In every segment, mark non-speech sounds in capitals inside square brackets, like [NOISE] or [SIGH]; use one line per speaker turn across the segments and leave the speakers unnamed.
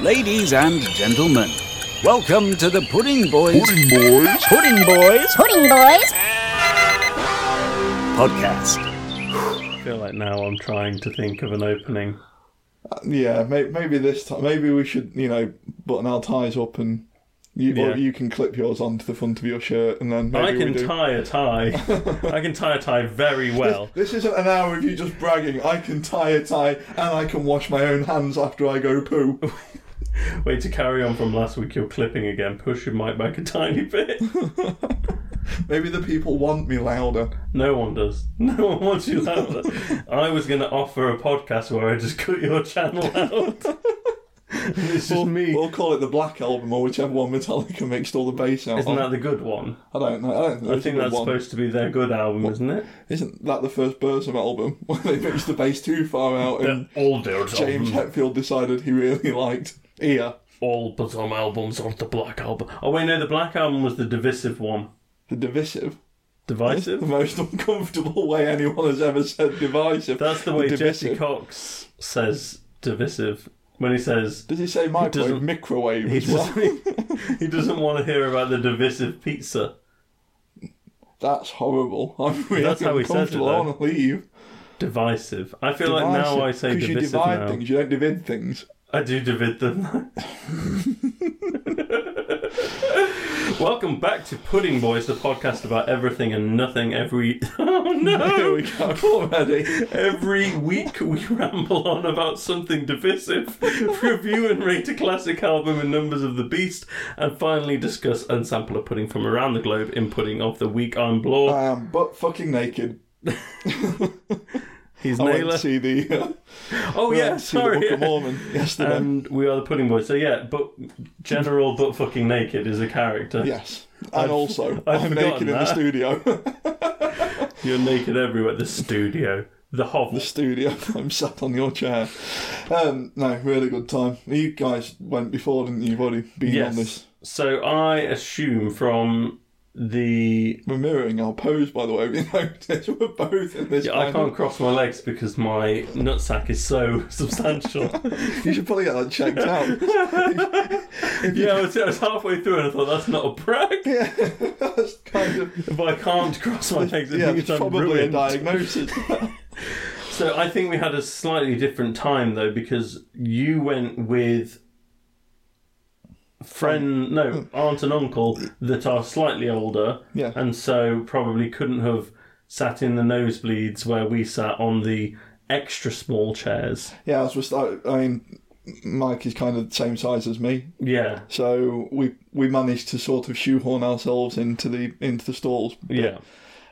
Ladies and gentlemen, welcome to the Pudding Boys.
Pudding boys.
Pudding Boys
Pudding boys.
podcast.
I feel like now I'm trying to think of an opening.
Yeah, may, maybe this time. Maybe we should, you know, button our ties up and you
Yeah.
or you can clip yours onto the front of your shirt and then maybe
I
we
can
do.
tie a [LAUGHS] tie. I can tie a tie very well.
this isn't an hour of you just bragging. I can tie a tie and I can wash my own hands after I go
[LAUGHS]
poo.
Wait to carry on from last week. You're clipping again. Push your mic back a tiny bit.
Maybe the people want me louder.
No one does. [LAUGHS] No one wants you louder. I was going to offer a podcast where I just cut your channel out. [LAUGHS] And it's just me.
We'll call it the Black Album or whichever one Metallica mixed all the bass out.
Isn't
on.
that the good one?
I don't know. I, don't know.
I think that's
one.
supposed to be their good album, isn't it?
Isn't that the first Burzum album [LAUGHS] when they mixed the bass too far out and
All their
James Hetfield decided he really liked Ear.
all Bottom albums are the Black Album. Oh wait, no, the Black Album was the divisive one.
The divisive.
Divisive.
The most uncomfortable way anyone has ever said divisive.
That's the way
Divisive.
Jesse Cox says divisive when he says
Does he say microwave?
doesn't-
Microwave
he
as well.
doesn't, [LAUGHS] he doesn't want to hear about the divisive pizza.
That's horrible. [LAUGHS] I'm really
That's how he says it,
uncomfortable. I
though.
want to leave.
Divisive. I feel like now I say
Because you
divisive
divide
now.
things, you don't divide things. [LAUGHS]
I do divid them. [LAUGHS] Welcome back to Pudding Boys, the podcast about everything and nothing. Every [LAUGHS] oh
Here
no,
we go [LAUGHS] already.
Every week we [LAUGHS] ramble on about something divisive, [LAUGHS] review and rate a classic album and numbers of the beast, and finally discuss and sample a pudding from around the globe in Pudding of the Week. I'm Blore.
I am butt Um, fucking naked.
He's
I went
Naylor.
to see the, [LAUGHS] uh,
oh
I
yeah,
went to see the Book
sorry. Um,
of Mormon yesterday.
And we are the Pudding Boys. So yeah, but General But Fucking Naked is a character.
yes. And also, i
I've
am
forgotten
naked in the
that.
studio. [LAUGHS]
You're naked everywhere. The studio, the hovel.
the studio. [LAUGHS] I'm sat on your chair. Um, no, really good time. You guys went before, didn't you? You've already been on this.
Yes. So I assume from the
We're mirroring our pose, by the way. [LAUGHS] Have you noticed? We're both in this.
Yeah, I
kind
can't cross my legs because my nutsack is so [LAUGHS]
[LAUGHS]
substantial.
of- You should probably get
[LAUGHS]
that checked out. [LAUGHS]
yeah, I was, I was halfway through and I thought that's not a
[LAUGHS]
brag.
yeah, that's kind of.
If I can't cross my legs, it
Yeah,
means
it's
I'm
probably
ruined. [LAUGHS]
a diagnosis.
So I think we had a slightly different time though because you went with
Um,
friend, no, aunt and uncle that are slightly older,
hmm. Yeah.
and so probably couldn't have sat in the nosebleeds where we sat on the extra small chairs.
yeah, I was just. I, I mean, Mike is kind of the same size as me,
Yeah,
so we we managed to sort of shoehorn ourselves into the into the stalls.
yeah.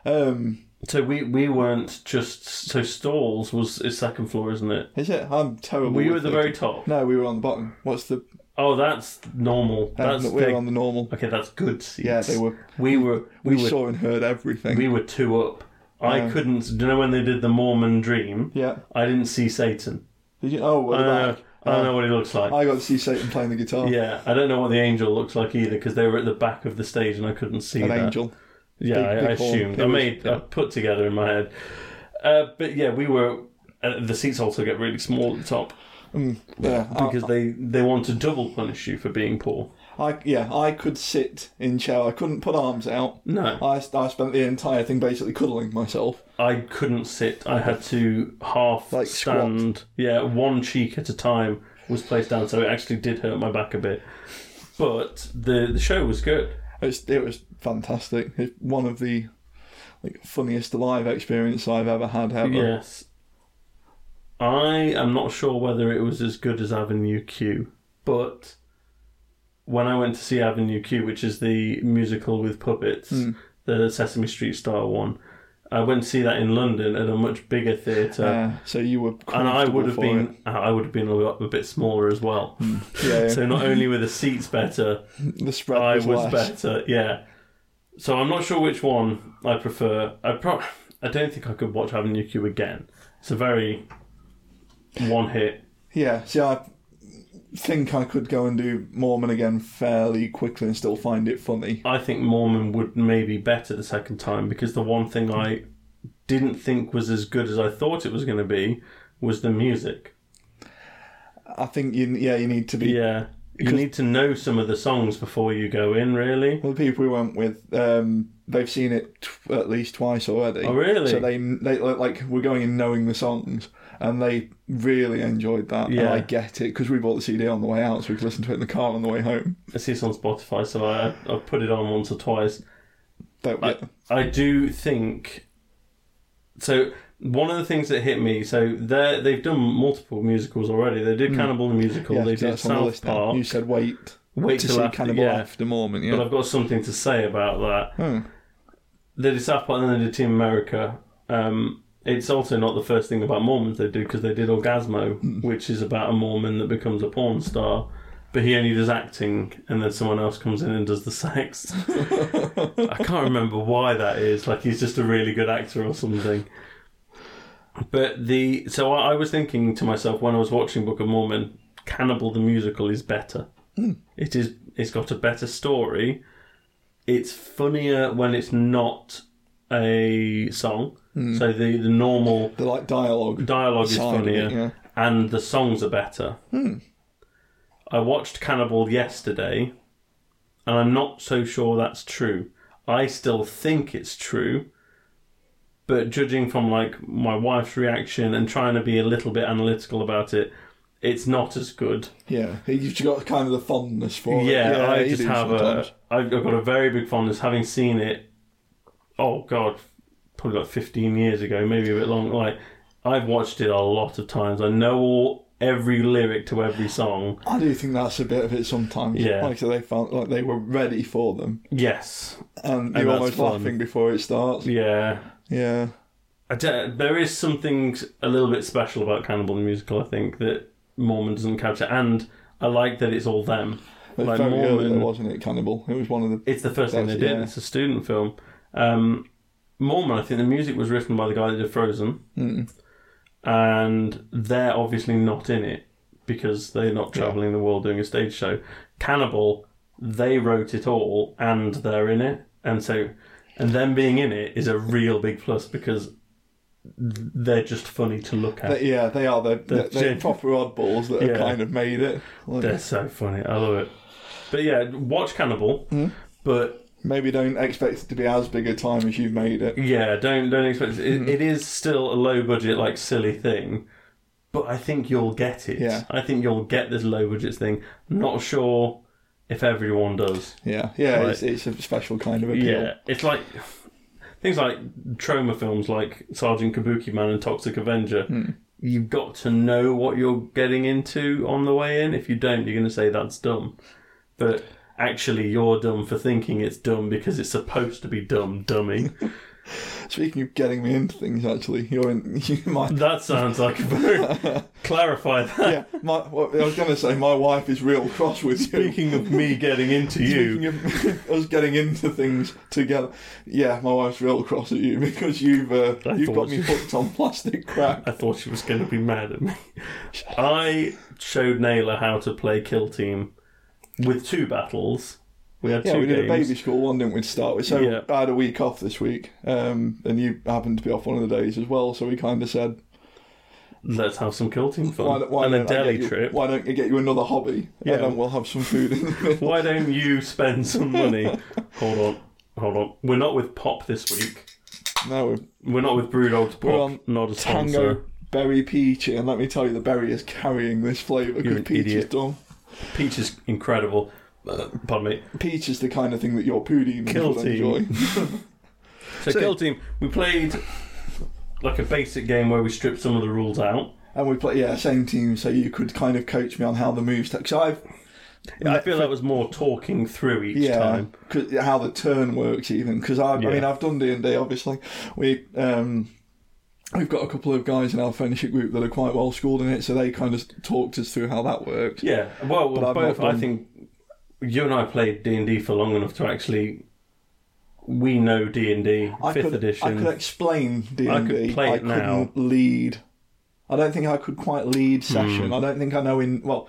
Um,
So we we weren't just so stalls was is second floor, isn't it?
is it? I'm terrible.
Were you
with
at the
it.
very top?
No, we were on the bottom. What's the?
Oh, that's normal.
Um,
That's
we were
big.
on the normal.
Okay, that's good seats.
Yeah, they were.
We were we,
We,
were
saw and heard everything.
we were two up. I couldn't. Do you know when they did the Mormon Dream?
yeah.
I didn't see Satan.
Did you? Oh,
I
what
don't know.
about?
I don't know what he looks like.
I got to see Satan playing the guitar.
Uh, yeah, I don't know what the angel looks like either because they were at the back of the stage and I couldn't see
An
that.
angel.
Yeah,
Big-
I,
big
I
horn.
assumed.
It
I
was-
made. I put together in my head. Uh, but yeah, we were. Uh, the seats also get really small at the top.
Yeah. I-
because they they want to double punish you for being poor.
I yeah I could sit in chair. I couldn't put arms out.
No,
I, I spent the entire thing basically cuddling myself.
I couldn't sit. I had to half
Like squat.
stand. Yeah, one cheek at a time was placed down, so it actually did hurt my back a bit. But the the show was good.
It was, it was fantastic. It's one of the like funniest live experience I've ever had ever.
Yes, I am not sure whether it was as good as Avenue Q, but when I went to see Avenue Q, which is the musical with puppets,
Hmm.
the Sesame Street style one. I went to see that in London at a much bigger theatre.
Uh, so you were
and I
comfortable
would have
for
been [LAUGHS] I would have been a, lot, a bit smaller as well. [LAUGHS]
it. yeah,
so not only were the seats better,
the spread
I
was,
was
less.
better. Yeah. So I'm not sure which one I prefer. I pro- I don't think I could watch Avenue Q again. It's a very one hit.
Yeah, see, I think I could go and do Mormon again fairly quickly and still find it funny.
I think Mormon would maybe better the second time because the one thing I didn't think was as good as I thought it was going to be was the music.
I think you yeah you need to be.
Yeah. You
'Cause-
need to know some of the songs before you go in, really.
Well, the people we went with, um, they've seen it t- at least twice already.
Oh, really?
So they they like we're going in knowing the songs, and they really enjoyed that. And
Yeah.
I get it because we bought the CD on the way out, so we could listen to it in the car on the way home.
I see it's on Spotify, so I, I've put it on once or twice.
That
I, I do think so. One of the things that hit me, so they they've done multiple musicals already. They did Cannibal the musical.
Hmm. yeah,
they did
that's on the
South
list. now.
Park.
You said wait,
Wait
to
till
see
after-
Cannibal
yeah.
after Mormon.
But
Yeah.
I've got something to say about that.
Oh.
They did South Park and then they did Team America. Um, it's also not the first thing about Mormons they do because they did Orgasmo, which is about a Mormon that becomes a porn star, but he only does acting, and then someone else comes in and does the sex. I can't remember why that is. Like he's just a really good actor or something. But the so I, I was thinking to myself when I was watching Book of Mormon, Cannibal the musical is better. It is. It's got a better story. It's funnier when it's not a song. So the the normal
The like dialogue.
dialogue is
Side of
funnier
it, yeah.
and the songs are better. I watched Cannibal yesterday and I'm not so sure that's true. I still think it's true, but judging from like my wife's reaction and trying to be a little bit analytical about it, it's not as good.
Yeah, you've got kind of the fondness for it.
Yeah, I
you
just
do
have
sometimes.
a. I've I've got a very big fondness having seen it. Oh God, probably like fifteen years ago, maybe a bit long. Like I've watched it a lot of times. I know all every lyric to every song.
I do think that's a bit of it sometimes.
Yeah.
Like I said, they felt like they were ready for them,
Yes,
and
And
you're
that's
almost
fun.
laughing before it starts.
yeah.
Yeah.
I d- there is something a little bit special about Cannibal the Musical. I think that Mormon doesn't capture, and I like that it's all them.
It was
Like
very early,
Mormon-
though, wasn't it? Cannibal. It was one of the.
It's the first thing they
That's-
did.
yeah.
It's a student film. Um, Mormon, I think the music was written by the guy that did Frozen,
Mm.
and they're obviously not in it because they're not traveling the world doing a stage show. Cannibal, they wrote it all and they're in it, and so and them being in it is a real big plus because they're just funny to look at.
They- yeah, they are the, the,
That's
the
it.
proper oddballs that
Yeah.
have kind of made it. Like,
They're so funny. I love it. But yeah, watch Cannibal.
Hmm.
But
maybe don't expect it to be as big a time as you've made it.
yeah, don't don't expect it. It is still a low budget, like silly thing. But I think you'll get it.
Yeah.
I think you'll get this low budget thing. Not sure if everyone does.
Yeah, yeah,
Right.
it's, it's a special kind of appeal.
Yeah, it's like things like trauma films, like Sergeant Kabuki Man and Toxic Avenger. You've got to know what you're getting into on the way in. If you don't, you're going to say that's dumb. But actually, you're dumb for thinking it's dumb because it's supposed to be dumb, dummy.
Speaking of getting me into things, actually, you're in. [LAUGHS] You might.
[LAUGHS] that sounds like a
[LAUGHS]
very- clarify that.
Yeah, my, well, I was going to say my wife is real cross with you.
Speaking of me getting into you,
Speaking of [LAUGHS] us getting into things together, yeah, my wife's real cross at you [LAUGHS] because you've uh,
I
you've
thought
got me
you-
hooked on
[LAUGHS]
plastic crap.
I thought she was going to be mad at me. I showed Naylor how to play Kill Team with two battles. We had
Yeah,
two
we did a
games.
baby school one, didn't we? To start with, so
Yeah.
I had a week off this week, um, and you happened to be off one of the days as well. So we kind of said,
Let's have some Kill Team fun
why, don't- why
and a
don't I
deli
get you,
trip. Why...
Why don't I get you another hobby,
Yeah.
and then we'll have some food in the
[LAUGHS]
middle.
don't you spend some
[LAUGHS]
money? hold on, hold on. We're not with Pop this week.
No, we're
We're not with Brewdog's Pop.
We're on
not a sponsor.
tango berry peachy, and let me tell you, the berry is carrying this flavour
You're an
because peach is
idiot.
dumb.
Peach is incredible. Uh, pardon me.
Peach is the kind of thing that your poodie
Kill
would
team.
enjoy.
So, Kill Team, we played like a basic game where we stripped some of the rules out.
And we play, yeah, same team, so you could kind of coach me on how the moves. Because I've,
I feel that was more talking through each
yeah,
time.
'cause how the turn works even. Because I,
Yeah.
I mean, I've done D and D. Obviously, we um, we've got a couple of guys in our friendship group that are quite well schooled in it, so they kind of talked us through how that works.
Yeah, well,
But I've
both.
not done-
I think you and I played D and D for long enough to actually we know D and D
I
fifth
could,
edition.
I could explain D&D.
I could play it
couldn't
now. Hmm.
lead. I don't think I could quite lead session. I don't think I know in well.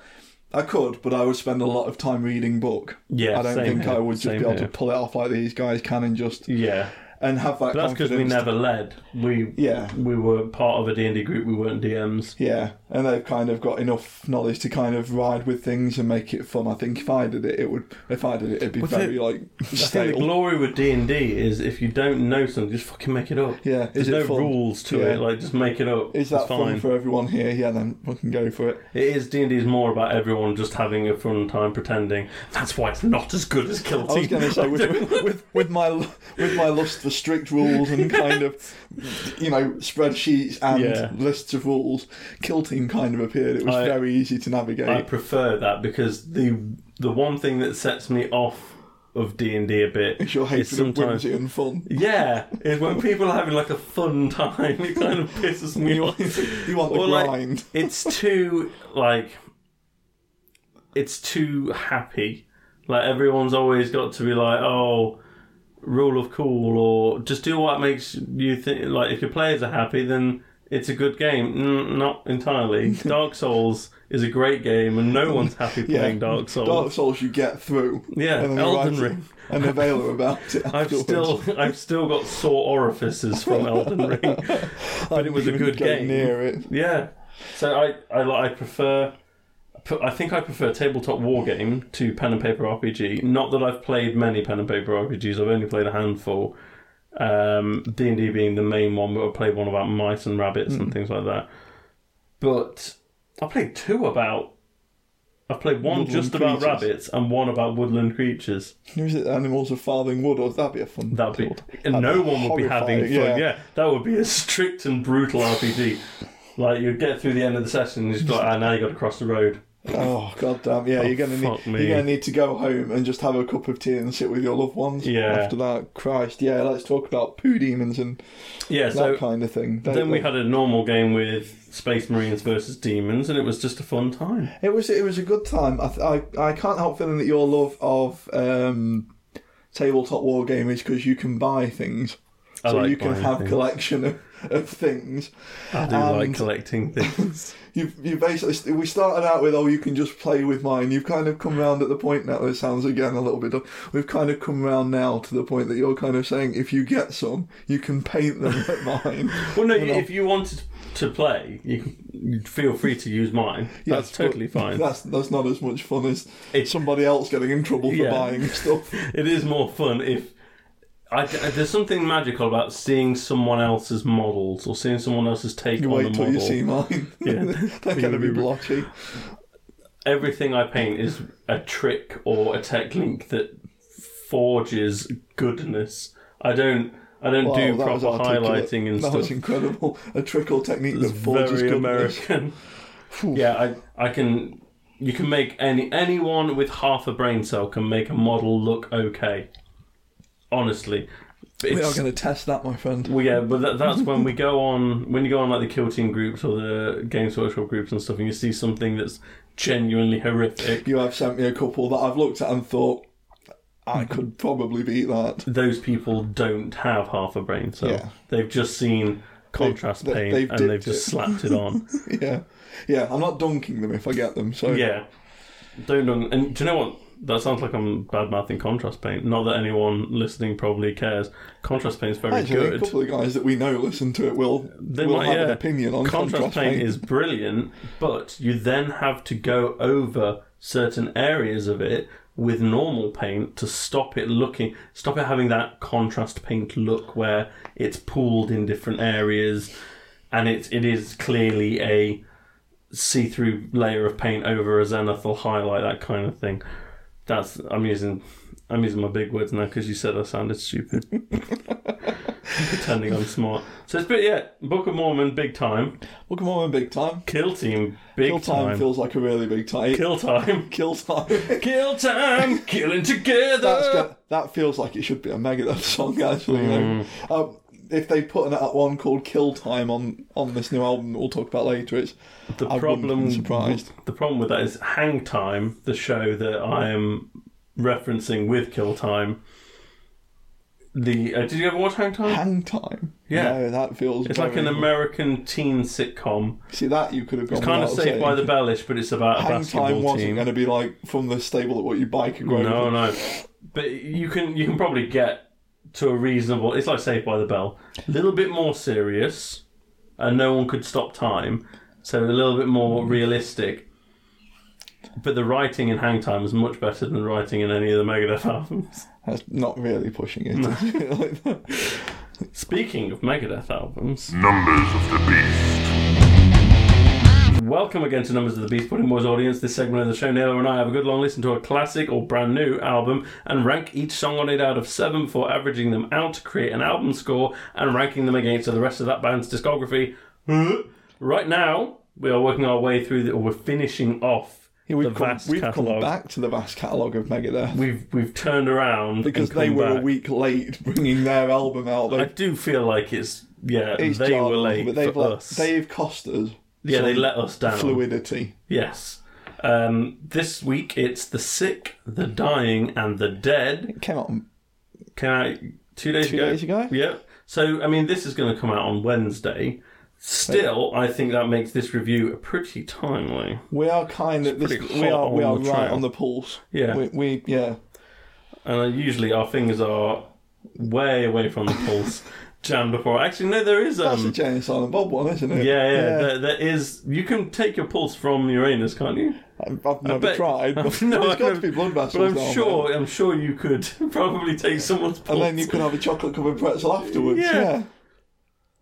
I could, but I would spend a lot of time reading book.
Yeah,
I don't
same
think
here,
I would just
same
be able
here.
to pull it off like these guys can and just
yeah,
and have that.
But that's because
confidence
we
to-
never led. We
Yeah.
we were part of a D&D group. We weren't DMs.
Yeah, and they've kind of got enough knowledge to kind of ride with things and make it fun. I think if I did it, it would. If I did it, it'd be
But
very
the-
like
I think the
stale.
glory with D and D is if you don't know something, just fucking make it up.
Yeah,
there's
is it
no
fun?
rules to
Yeah.
it. Like just make it up.
Is that
it's fine.
fun for everyone here? Yeah, then we can go for it.
It is D and D is more about everyone just having a fun time pretending. That's why it's not as good as Kill
I
[LAUGHS]
was
Team.
going to say with, with with my with my lust for strict rules and kind of you know spreadsheets and
Yeah.
lists of rules, Kill Team kind of appeared. It was
I-
very easy to navigate.
I prefer that because the the one thing that sets me off of D and D a bit
it's your hatred
is
of
sometimes
whimsy
[LAUGHS]
and fun.
yeah, is when people are having like a fun time, [LAUGHS] it kind of pisses me
You
off.
want, you want the
Or, like,
grind.
it's too like it's too happy. Like everyone's always got to be like, oh, rule of cool, or just do what makes you think. Like if your players are happy, then it's a good game. Mm, not [LAUGHS] entirely. Dark Souls is a great game, and no one's happy playing Dark Souls.
Dark Souls you get through.
Yeah,
and then
Elden
you write
Ring.
an available about
[LAUGHS]
it.
I've
afterwards.
still, I've still got sore orifices from Elden [LAUGHS] Ring, but it was a
Even
good
go
game.
Near it.
Yeah. So I I, li- I prefer. I think I prefer tabletop war game to pen and paper RPG. Not that I've played many pen and paper RPGs. I've only played a handful. Um, D and D being the main one, but I played one about mice and rabbits
Hmm.
and things like that. But I played two about. I've played one
Woodland
just about
creatures.
rabbits and one about woodland creatures.
Who is it? Animals of Farthing Wood. Or that'd be a fun.
That'd be,
title.
and no one would be having
horrifying,
fun.
yeah.
Yeah. that would be a strict and brutal RPG. like you'd get through the end of the session, and you'd be like, ah, now you got to cross the road.
Oh god damn! Yeah,
Oh,
you're gonna
fuck
need
me.
you're gonna need to go home and just have a cup of tea and sit with your loved ones.
Yeah.
After that, Christ, yeah. Let's talk about poo demons and
Yeah,
that
so
kind of thing. They-
then we
they-
had a normal game with Space Marines versus demons, and it was just a fun time.
It was it was a good time. I th- I, I can't help feeling that your love of um, tabletop war game is because you can buy things,
I
so
like
you can
buying
have
things.
collection of, of things.
I do
And-
like collecting things.
You you basically we started out with oh you can just play with mine. You've kind of come round at the point now. This sounds again a little bit. Of, we've kind of come round now to the point that you're kind of saying if you get some, you can
[LAUGHS]
paint them at mine.
[LAUGHS] well, no,
And
you,
I'll-
if you wanted to play, you can you feel free to use mine. That's
Yes, but
totally fine.
That's that's not as much fun as
It's-
somebody else getting in trouble for
Yeah.
buying stuff.
it is more fun if I, I- there's something magical about seeing someone else's models or seeing someone else's take
You
on
wait
the
till
model.
you see mine.
[LAUGHS] Yeah.
[LAUGHS] They're going to be blotchy.
Everything I paint is a trick or a technique that forges goodness. I don't. I don't
Wow,
do
that was
proper
articulate.
highlighting and
that
stuff.
was incredible. A trick or technique
It's
that forges
very
goodness.
American. yeah, I I can. You can make any anyone with half a brain cell can make a model look okay. Honestly,
[LAUGHS] We are
It's-
going to test that, my friend.
Well, yeah, but that, that's
[LAUGHS]
when we go on when you go on like the kill team groups or the games workshop groups and stuff, and you see something that's genuinely horrific.
You have sent me a couple that I've looked at and thought I
Hmm.
could probably beat that. [LAUGHS]
Those people don't have half a brain cell.
Yeah.
They've just seen contrast
They've-
paint
they've
and they've
dipped
just
it.
slapped it
[LAUGHS]
on.
Yeah, yeah. I'm not dunking them if I get them. So
yeah, don't know. And do you know what? That sounds like I'm bad mouthing contrast paint. Not that anyone listening probably cares. Contrast paint's very
actually, a
good.
couple of guys that we know listen to it will
They
will
might,
have an
yeah.
opinion on
contrast, paint, is brilliant, but you then have to go over certain areas of it with normal paint to stop it looking, stop it having that contrast paint look where it's pooled in different areas, and it it is clearly a see-through layer of paint over a zenithal highlight, that kind of thing. That's I'm using. I'm using my big words now because you said I sounded stupid. [LAUGHS] Pretending I'm smart. So it's, but yeah, Book of Mormon, big time.
Well, come on, in big time.
Kill team, big
Kill time,
time.
feels like a really big time.
Kill time. [LAUGHS]
Kill time.
Kill time. Killing together.
That's got, that feels like it should be a Megadeth [LAUGHS] song, actually. you know.
Hmm.
Um, if they put an, uh, one called "Kill Time" on on this new album, that we'll talk about later. It's
the
I wouldn't
problem.
be surprised.
The problem with that is Hang Time, the show that I am referencing with Kill Time. The uh, did you ever watch Hang Time?
Hang Time.
Yeah.
no, that feels.
It's like
very-
an American teen sitcom.
See that you could have gone.
It's kind of
without
saved
saying.
by the bellish, but it's about a
Hang
basketball
Time wasn't
team.
going to be like from the stable at what you buy could grow.
No, no. But you can you can probably get to a reasonable. It's like Saved by the Bell, a little bit more serious, and no one could stop time, so a little bit more realistic. But the writing in Hang Time is much better than the writing in any of the Megadeth albums.
That's not really pushing it. is it? Like that.
Speaking of Megadeth albums,
Numbers of the Beast.
welcome again to Numbers of the Beast Pudding Boys audience. This segment of the show, Naylor and I have a good long listen to a classic or brand new album and rank each song on it out of seven before averaging them out to create an album score and ranking them against the rest of that band's discography. Right now, we are working our way through, the, or we're finishing off
Yeah, we've
the
come,
vast
we've come
catalogue.
back to the vast catalogue of Megadeth
We've we've turned around
because
and
they
come
were a
back.
week late bringing their album out. They,
I do feel like it's yeah
it's
they
jarring,
were late
but they've
for
let-
us.
they've cost us.
yeah, they
some
let us down.
fluidity.
Yes. Um, this week it's the sick, the dying, and the dead.
It came out on
Came out two days
Two
ago.
days ago?
Yep. So I mean, this is going to come out on Wednesday. Still, I think that makes this review pretty timely.
We are kind of this,
pretty
we
hot
are we are
on the
right
trail.
on the pulse.
Yeah.
we, we yeah.
And uh, usually our fingers are way away from the
[LAUGHS]
pulse. Jammed before. Actually, no, there is.
That's a
Um,
Jane and Silent Bob one, isn't
yeah,
it?
yeah, There, there is. You can take your pulse from Uranus, can't you?
I've, I've never
bet- [LAUGHS]
tried.
No,
But
I
there's got
know.
to be blood vessels.
But
down
I'm
there.
sure, I'm sure you could [LAUGHS] probably take someone's pulse.
And then you can have a chocolate covered pretzel afterwards.
Yeah.
Yeah,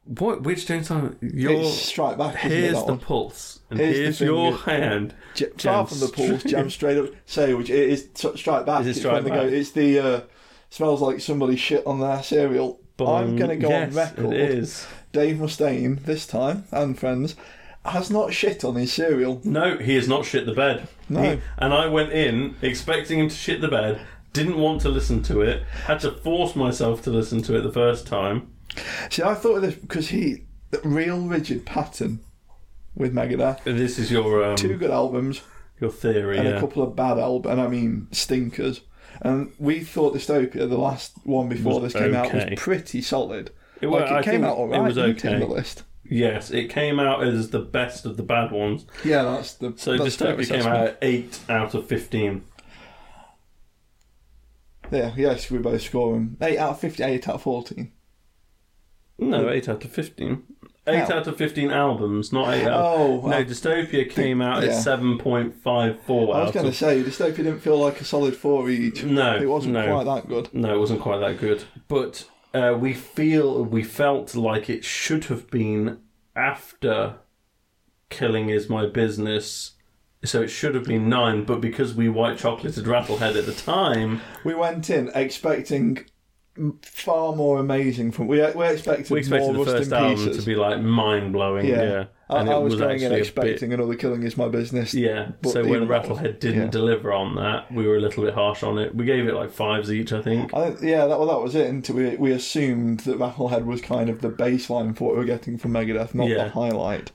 What? Which James Simon? Your
it's straight back. isn't it,
here's
that
the
one?
pulse, and
Here's
here's,
the thing,
your
yeah.
hand.
J- far
Jam
from the pulse,
straight- [LAUGHS]
jam straight up sandwich. It is t- straight back.
Is it
It's
straight
when they
back?
Go, it's the uh, smells like somebody shit on their cereal. [LAUGHS] I'm going to go
yes,
on record.
It is.
Dave Mustaine this time and friends has not shit on his cereal.
No, he has not shit the bed.
No.
He- and I went in expecting him to shit the bed. Didn't want to listen to it. Had to force myself to listen to it the first time.
See, I thought of this because he the real rigid pattern with Megadeth.
This is your um,
Two good albums
your theory.
and
yeah.
a couple of bad albums, and I mean stinkers. And we thought Dystopia, the last one before
Was
this came out,
okay.
was pretty solid.
It wa-
like it
I
came
think
out alright.
It was
you
okay.
tend the list.
Yes, it came out as the best of the bad ones.
Yeah, that's the.
So
that's fair
Dystopia came
assessment.
out at eight out of fifteen.
Yeah, yes, we both score them. Eight out of fifty, eight out of fourteen. Hmm.
No, eight out of fifteen. Eight
How?
out of fifteen albums, not eight out.
Oh,
no,
I-
Dystopia came out
yeah.
at seven point five four.
I was
out
going to
of...
say Dystopia didn't feel like a solid four each.
No,
it wasn't
no.
quite that good.
No, it wasn't quite that good. But uh, we feel we felt like it should have been after killing is my business. So it should have been nine, but because we white chocolated Rattlehead at the time,
We went in expecting far more amazing from. We uh, we expected,
we expected
more
the
Rust
first
in
album
Pieces.
to be like mind blowing. Yeah.
yeah. I,
and
I
it
was, going in
actually a bit-
expecting another killing is my business.
Yeah.
But
so when
even that was-
Rattlehead didn't
yeah.
deliver on that, we were a little bit harsh on it. We gave it like fives each, I think.
I think, yeah, that well, that was it. Until we we assumed that Rattlehead was kind of the baseline for what we were getting from Megadeth, not
Yeah.
the highlight.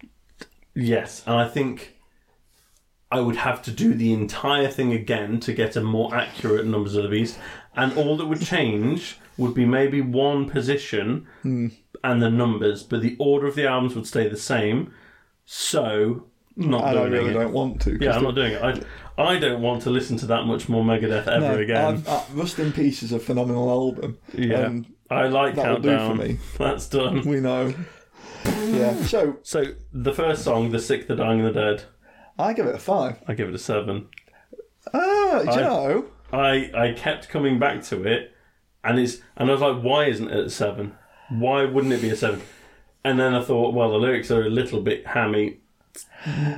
Yes, and I think I would have to do the entire thing again to get a more accurate numbers of the beast, and all that would change would be maybe one position
Hmm.
and the numbers, but the order of the albums would stay the same. So not
And I
doing
really
it.
don't want to. 'cause
Yeah, I'm
the-
not doing it. I, I don't want to listen to that much more Megadeth ever
No,
again.
I've- uh, Rust in Peace is a phenomenal album.
yeah,
and
I like
that'll um, do for
countdown.
me.
[LAUGHS] That's done.
we know. yeah. So
So the first song, "The Sick, the Dying, and the Dead,"
I give it a five.
I give it a seven.
Ah, do you
I-
know?
I I kept coming back to it, and it's and I was like, why isn't it a seven? Why wouldn't it be a seven? And then I thought, well, the lyrics are a little bit hammy.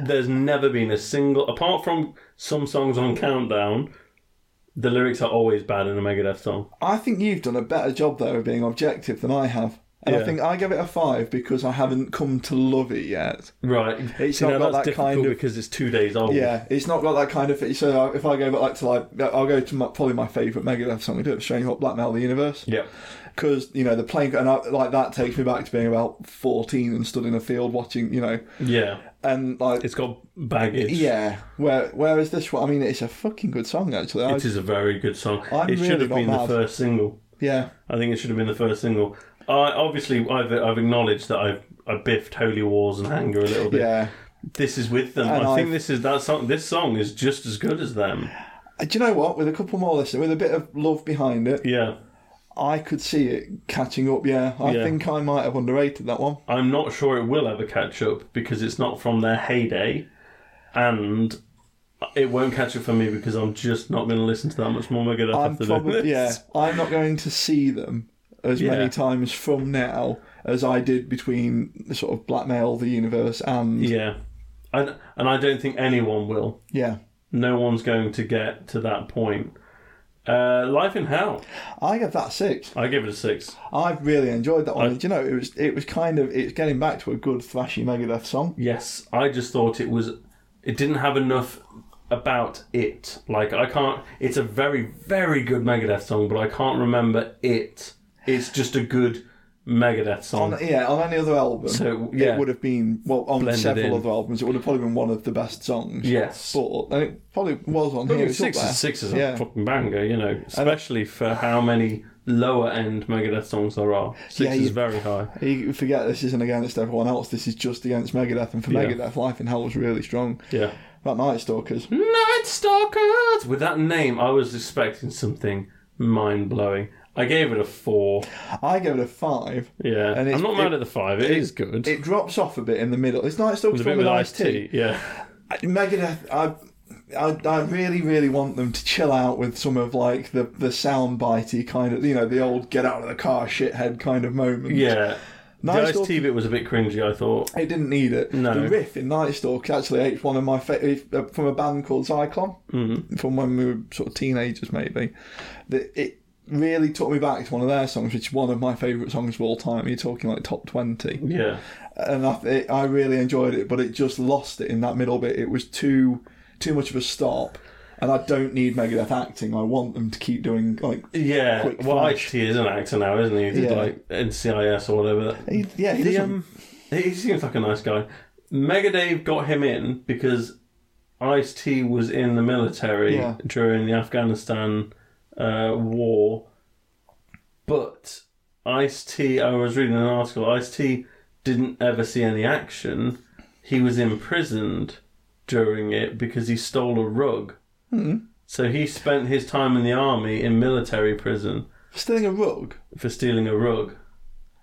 There's never been a single, apart from some songs on Countdown, the lyrics are always bad in a Megadeth song.
I think you've done a better job though of being objective than I have. And
Yeah.
I think I give it a five because I haven't come to love it yet.
Right,
It's not
that's
got that
difficult
kind of-
because it's two days old.
Yeah, it's not got that kind of. So if I gave it like to like, I'll go to my, probably my favourite Megadeth song we do, Strange What Blackmail the Universe.
Yep.
Because you know the playing and I, like that takes me back to being about fourteen and stood in a field watching. You know,
yeah,
and like
it's got baggage.
yeah. Where where is this one? I mean, it's a fucking good song actually. I,
it is a very good song.
I'm
it should
really
have
not
been the
mad.
first single.
yeah.
I think it should have been the first single. I obviously I've I've acknowledged that I've I biffed Holy Wars and Hanger a little bit.
Yeah.
This is with them.
And
I think
I've-
this is that song. This song is just as good as them.
Uh, Do you know what? With a couple more listen, with a bit of love behind it,
Yeah,
I could see it catching up. Yeah, I
Yeah.
think I might have underrated that one.
I'm not sure it will ever catch up because it's not from their heyday, and it won't catch up for me because I'm just not going to listen to that much more Megadeth
I'm
after
probably
this.
yeah. I'm not going to see them as
Yeah.
many times from now as I did between the sort of blackmail the universe and yeah.
[LAUGHS] yeah, I, and I don't think anyone will. No one's going to get to that point. Uh, Life in Hell,
I give that a six.
I give it a six.
I've really enjoyed that one. And, you know, it was it was kind of it's getting back to a good thrashy Megadeth song.
Yes, I just thought it was. It didn't have enough about it. Like I can't. It's a very, very good Megadeth song, but I can't remember it. It's just a good Megadeth song.
Yeah, on any other album,
So, yeah.
it would have been well on
Blended
several
in.
other albums. It would have probably been one of the best songs.
Yes.
but and it probably was on
But
here.
with
It's up
six,
there.
is, six is a
yeah.
fucking banger, you know, especially for how many lower end Megadeth songs there are. Six
Yeah,
is
you-
very high.
You forget this isn't against everyone else. This is just against Megadeth, and for
Yeah.
Megadeth, Life in Hell was really strong.
Yeah.
That Night Stalkers.
Night Stalkers! With that name, I was expecting something mind blowing. I gave it a four.
I give it a five.
Yeah.
And it's-
I'm not mad
it-
at the five. it is good.
It drops off a bit in the middle. It's Night Stalkers
the
the
bit
one
with
with
iced
Ice
tea.
T.
Yeah.
Megadeth. I, I, I really, really want them to chill out with some of like the the sound bitey kind of you know the old get out of the car shithead kind of moment.
Yeah. The
Night
iced tea bit was a bit cringy, I thought.
It didn't need it.
No.
The riff in Night Stalkers actually it's one of my fa- uh, from a band called Zyklon
Mm-hmm.
from when we were sort of teenagers maybe. That it really took me back to one of their songs, which is one of my favourite songs of all time. You're talking like top twenty,
Yeah.
and I, it, I really enjoyed it, but it just lost it in that middle bit. It was too too much of a stop. And I don't need Megadeth acting. I want them to keep doing like
Yeah.
Quick
well,
flash.
iced tea is an actor now, isn't he? He did
Yeah.
like NCIS or whatever.
he, yeah. He
The,
doesn't-
um, he seems like a nice guy. Mega Dave got him in because Ice T was in the military
Yeah.
during the Afghanistan uh, war. But Ice T, I was reading an article, Ice T didn't ever see any action. He was imprisoned during it because he stole a rug.
Hmm.
So he spent his time in the army in military prison
stealing a rug.
for stealing a rug.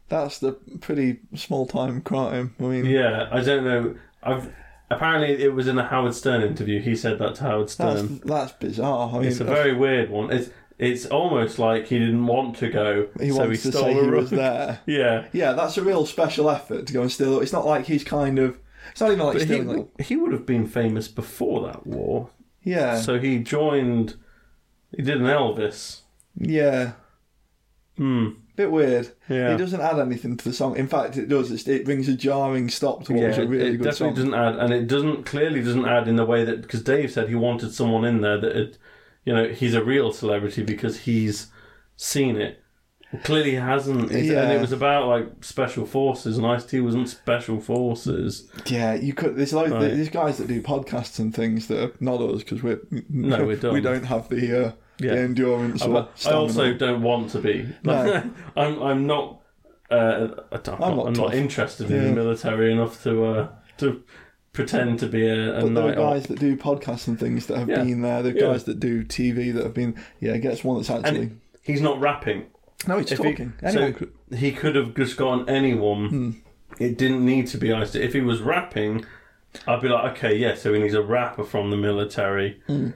That's the pretty small time crime. I mean,
Yeah, I don't know. I've apparently it was in a Howard Stern interview. He said that to Howard
That's,
Stern.
that's bizarre. I mean,
Um, It's a very weird one. It's it's almost like he didn't want to go,
he
so he
wants to
stole
say
the
he
rug.
was there.
[LAUGHS] Yeah,
Yeah, that's a real special effort to go and steal. It's not like he's kind of. It's not even like
but he
stealing. like,
he would have been famous before that war.
yeah,
So he joined. He did an Elvis.
yeah,
Hmm.
bit weird.
Yeah.
It doesn't add anything to the song. In fact, it does. It's, it brings a jarring stop to what was
Yeah,
a
it,
really
it
good
definitely
song.
doesn't add, and it doesn't clearly doesn't add in the way that because Dave said he wanted someone in there that, had, you know, he's a real celebrity because he's seen it. Clearly, he hasn't. He's- And it
Yeah.
was about like special forces, and Ice T wasn't special forces.
Yeah, you could. There's loads.
Right.
There's guys that do podcasts and things that are not us because we're
No, we're dumb.
[LAUGHS] we don't have the uh,
Yeah.
the endurance. or
But I also
stamina.
don't want to be.
No.
[LAUGHS] I'm. I'm not. Uh, I don't- I'm, not,
I'm not
I'm not
tough.
interested in
Yeah.
the military enough to uh, to pretend to be a, a
But there are
knight. or-
guys that do podcasts and things that have
Yeah.
been there. There are
Yeah.
guys that do TV that have been. Yeah, it gets one that's
and
actually.
he's not rapping.
no, it's
If he-
talking. Anyone
so
could- Hmm.
he could have just gotten anyone. It didn't need to be Ice. If he was rapping, I'd be like, okay, yeah, so he needs a rapper from the military.
Hmm.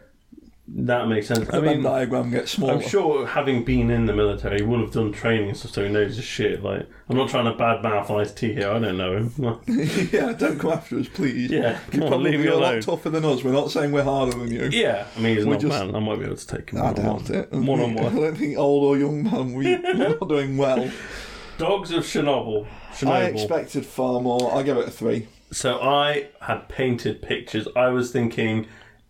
That makes sense. I
the Venn
mean,
diagram gets smaller.
I'm sure having been in the military, he would have done training and stuff, so he knows his shit. Like, I'm not trying to badmouth Ice T here. I don't know him.
[LAUGHS]
[LAUGHS]
yeah, don't come after us, please.
Yeah, come
you're
on,
probably
leave me
a
alone.
lot tougher than us. We're not saying we're harder than you.
yeah, I mean, he's not
just-
man. I might be able to take him.
I
one on
doubt
one.
it.
One on
[LAUGHS] I
one.
don't think old or young man, we, we're not doing
[LAUGHS]
well.
Dogs of Chernobyl. Chernobyl.
I expected far more. I give it a three.
So I had painted pictures. I was thinking,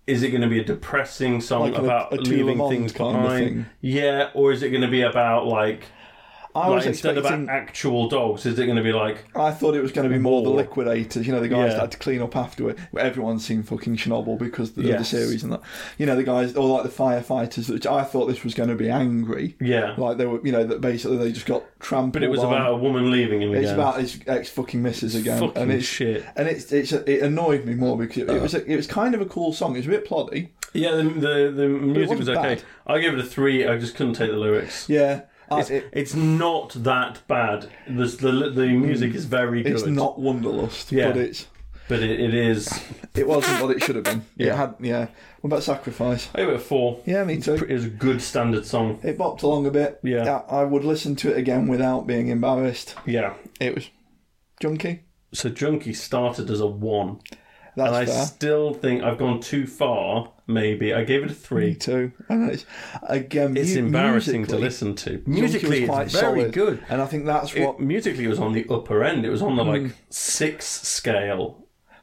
is it going to be a depressing song
Like a-
about
a Tour Le
leaving
Monde
things
kind of
behind?
thing.
Yeah, or is it going to be about like,
I
like
was
instead
expecting.
about actual dogs? Is it going to be like,
I thought it was going to be more the
War.
liquidators, you know, the guys
Yeah.
that had to clean up afterward. Everyone's seen fucking Chernobyl because of the,
Yes.
the series and that. You know, the guys, or like the firefighters, which I thought this was going to be angry.
yeah?
Like they were, you know, that basically they just got trampled.
but it was
on.
about a woman leaving him again.
It's about his ex fucking misses again,
Fucking
and it's
shit.
and it's, it's it annoyed me more because it, it was a, it was kind of a cool song. It was a bit ploddy.
Yeah, the the, the music was
wasn't
okay.
bad.
I gave it a three. I just couldn't take the lyrics.
Yeah,
I-
It's,
it-
it's not that bad. There's the the music is very good.
It's not Wonderlust,
Yeah.
but it's
but it, it is.
it wasn't what it should have been. It had yeah. What about Sacrifice?
I give it a four.
Yeah, me too.
It is a good standard song.
It bopped along a bit.
Yeah.
I, I would listen to it again without being embarrassed.
Yeah.
It was junky.
So Junkie started as a one,
That's
and I
fair.
still think I've gone too far. Maybe I gave it a
me
three.
too. And it's again,
It's
mu-
embarrassing to
musically,
listen to.
Junkie
Musically,
was quite
it's very
solid,
good.
and I think that's
It-
what Hmm.
musically, it was on the upper end. It was on the like six scale.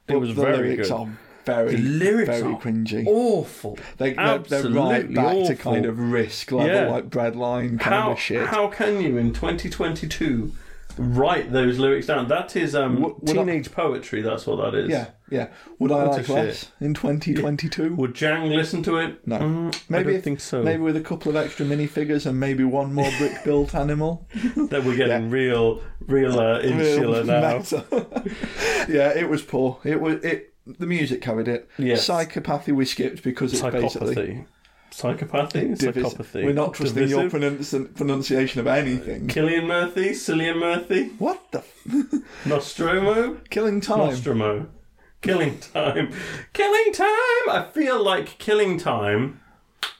It was
the
very
lyrics
good.
are very,
the lyrics
very
are
cringy.
awful.
They, they're, they're right
Absolutely
back
awful.
to kind of risk level,
Yeah.
like bread line kind
how
of shit.
how can you in 2022 write those lyrics down? That is um,
Would- would I-
teenage poetry. That's what that is.
yeah, yeah. Would I
That's
like
a
less in 2022?
Would Jang listen to it?
No.
Mm, I
Maybe
don't
if-
think so.
Maybe with a couple of extra minifigures and maybe one more brick built [LAUGHS] animal.
That we're getting real, real uh, insular now.
matter. [LAUGHS] yeah, it was poor. It was it. The music carried it.
Yes.
Psychopathy we skipped because it's basically
Psychopathy. Psychopathy?
divis-
Psychopathy.
We're not trusting your
Divisive?
pronunci- pronunciation of anything.
Killian Murphy? Cillian Murphy?
What the? F- [LAUGHS]
Nostromo?
Killing time.
Nostromo. Killing Time. Killing Time! I feel like Killing Time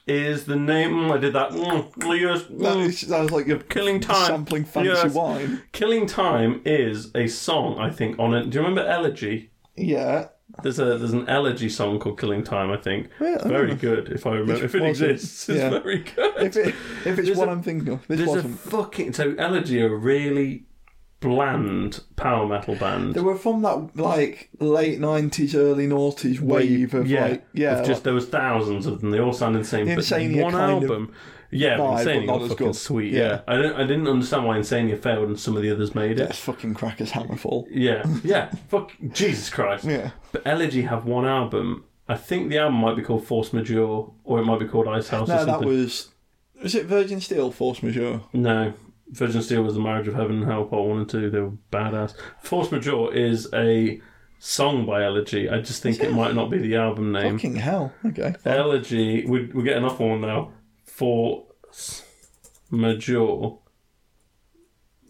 is the name. mm, I did that. Mm, yes,
That
mm.
is- that was like you're
Killing Time.
sampling fancy
Yes.
wine.
Killing Time is a song, I think, on it. Do you remember Elegy?
Yeah.
There's a there's an elegy song called Killing Time, I think. It's very good, if I remember. If it
wasn't.
exists, it's
Yeah.
very good.
If it if it's
There's
what
a-
i I'm thinking of, this
There's a
wasn't.
fucking so Elegy are a really bland power metal band.
They were from that like late nineties, early noughties wave of
yeah,
like yeah,
of just there was thousands of them. They all sound insane. But
Insania
one
kind of
album, yeah,
vibe,
but
but
Insania
not
was
as
fucking
good.
sweet.
Yeah.
Yeah. I don't, I didn't understand why Insania failed and some of the others made it.
like, that's fucking crackers hammerful.
Yeah, yeah, fuck Jesus Christ.
Yeah.
But Elegy have one album. I think the album might be called Force Majeure, or it might be called Ice House. or
No, that
something.
was was it Virgin Steel Force Majeure?
No, Virgin Steel was the marriage of heaven and hell, part one and two. They were badass. Force Majeure is a song by Elegy. I just think it might not be the album name.
Fucking hell.
[LAUGHS]
Okay.
Elegy. We, we're getting off on one now. Force Majeure.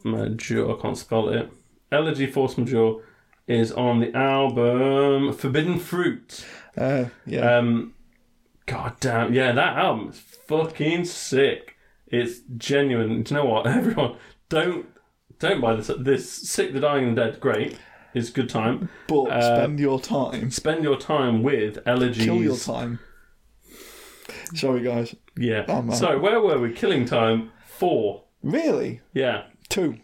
Majeure. I can't spell it. Elegy Force Majeure is on the album Forbidden Fruit.
Uh, yeah.
Um, God damn. Yeah, that album is fucking sick. It's genuine. Do you know what? [LAUGHS] Everyone, don't don't buy this. This Sick, the Dying, and the Dead. Great. It's a good time.
but
uh,
spend your time.
Spend your time with elegies.
Kill your time. Sorry guys.
Yeah.
Oh, man.
so where were we? Killing time four.
Really?
Yeah.
Two.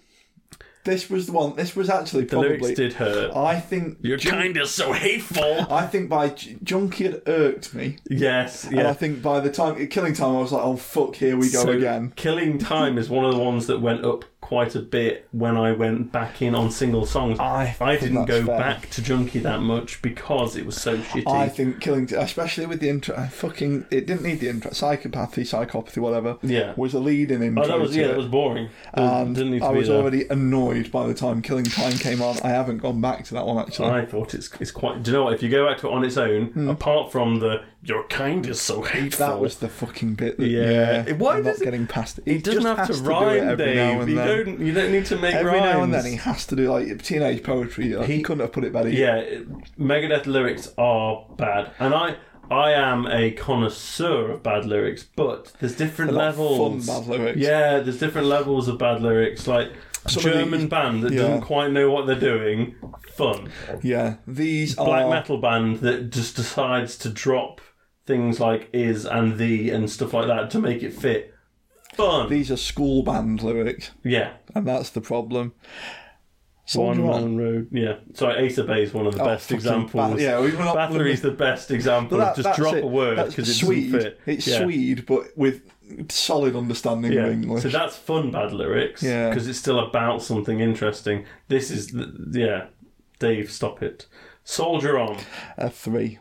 This was the one this was actually
The lyrics
probably
did hurt.
I think
You're
Jun-
kind of so hateful. [LAUGHS]
I think by J- Junkie had irked me,
yes.
and
Yeah.
I think by the time Killing Time, I was like, "Oh fuck, here we go
So,
again."
Killing Time is one of the ones that went up quite a bit when I went back in on single songs.
I think
didn't
that's
go
fair.
back to Junkie that much because it was so shitty.
I think killing, especially with the intro, I fucking it didn't need the intro. Psychopathy, psychopathy, whatever.
Yeah.
was a leading intro.
oh, that was
to
yeah,
it.
that was boring.
And
didn't need to
I
be
was
there.
already annoyed by the time Killing Time came on. I haven't gone back to that one actually.
I thought it's it's quite. Do you know what? If you go back to it on its own, apart from the "Your kind is so hateful,"
Hmm. that was the fucking bit. That,
Yeah.
yeah,
Why
I'm
does
not
it-
getting past it?
He doesn't
just
have
has
to
do it
rhyme,
every now
Dave.
and
You
then.
don't, you don't need to make
Every
rhymes.
now and then he has to do like teenage poetry. Like, he couldn't have put it better.
Yeah, it- Megadeth lyrics are bad, and I I am a connoisseur of bad lyrics, but there's different
They're not
levels.
fun bad lyrics.
Yeah, there's different levels of bad lyrics. Like
Some of
German
these-
band that
yeah.
doesn't quite know what they're doing, fun.
yeah. These
Black
are
metal band that just decides to drop things like is and the and stuff like that to make it fit. Fun.
these are school band lyrics,
yeah.
and that's the problem.
One
Soldier on.
Man Road. Yeah. Sorry, Ace of Base is one of the
Oh,
best
fucking
examples.
Bat- yeah, we were not-
Bathory's the best example.
But that-
of just
that's
drop
it.
a word
That's
because it
Swede.
doesn't fit.
It's
yeah.
Swede, but with solid understanding
Yeah.
of English.
So that's fun bad lyrics
Yeah.
because it's still about something interesting. This is, th- yeah, Dave, stop it. Soldier on.
a three.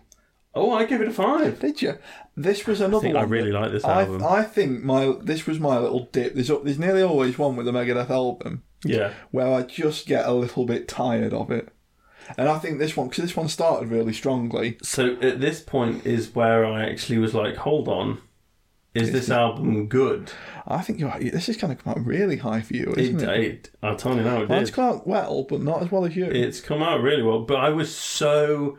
Oh, I give it a five.
Did you? This was another
I think I
one.
really
that-
like this
I,
album.
I think my this was my little dip. There's there's nearly always one with a Megadeth album
Yeah.
where I just get a little bit tired of it, and I think this one because this one started really strongly.
So at this point is where I actually was like, hold on, Is this album good?
I think you're. This has kind of come out really high for you,
It,
isn't it?
it, I'll tell you now, it
Well, it's
did.
come out well, but not as well as you.
It's come out really well, but I was so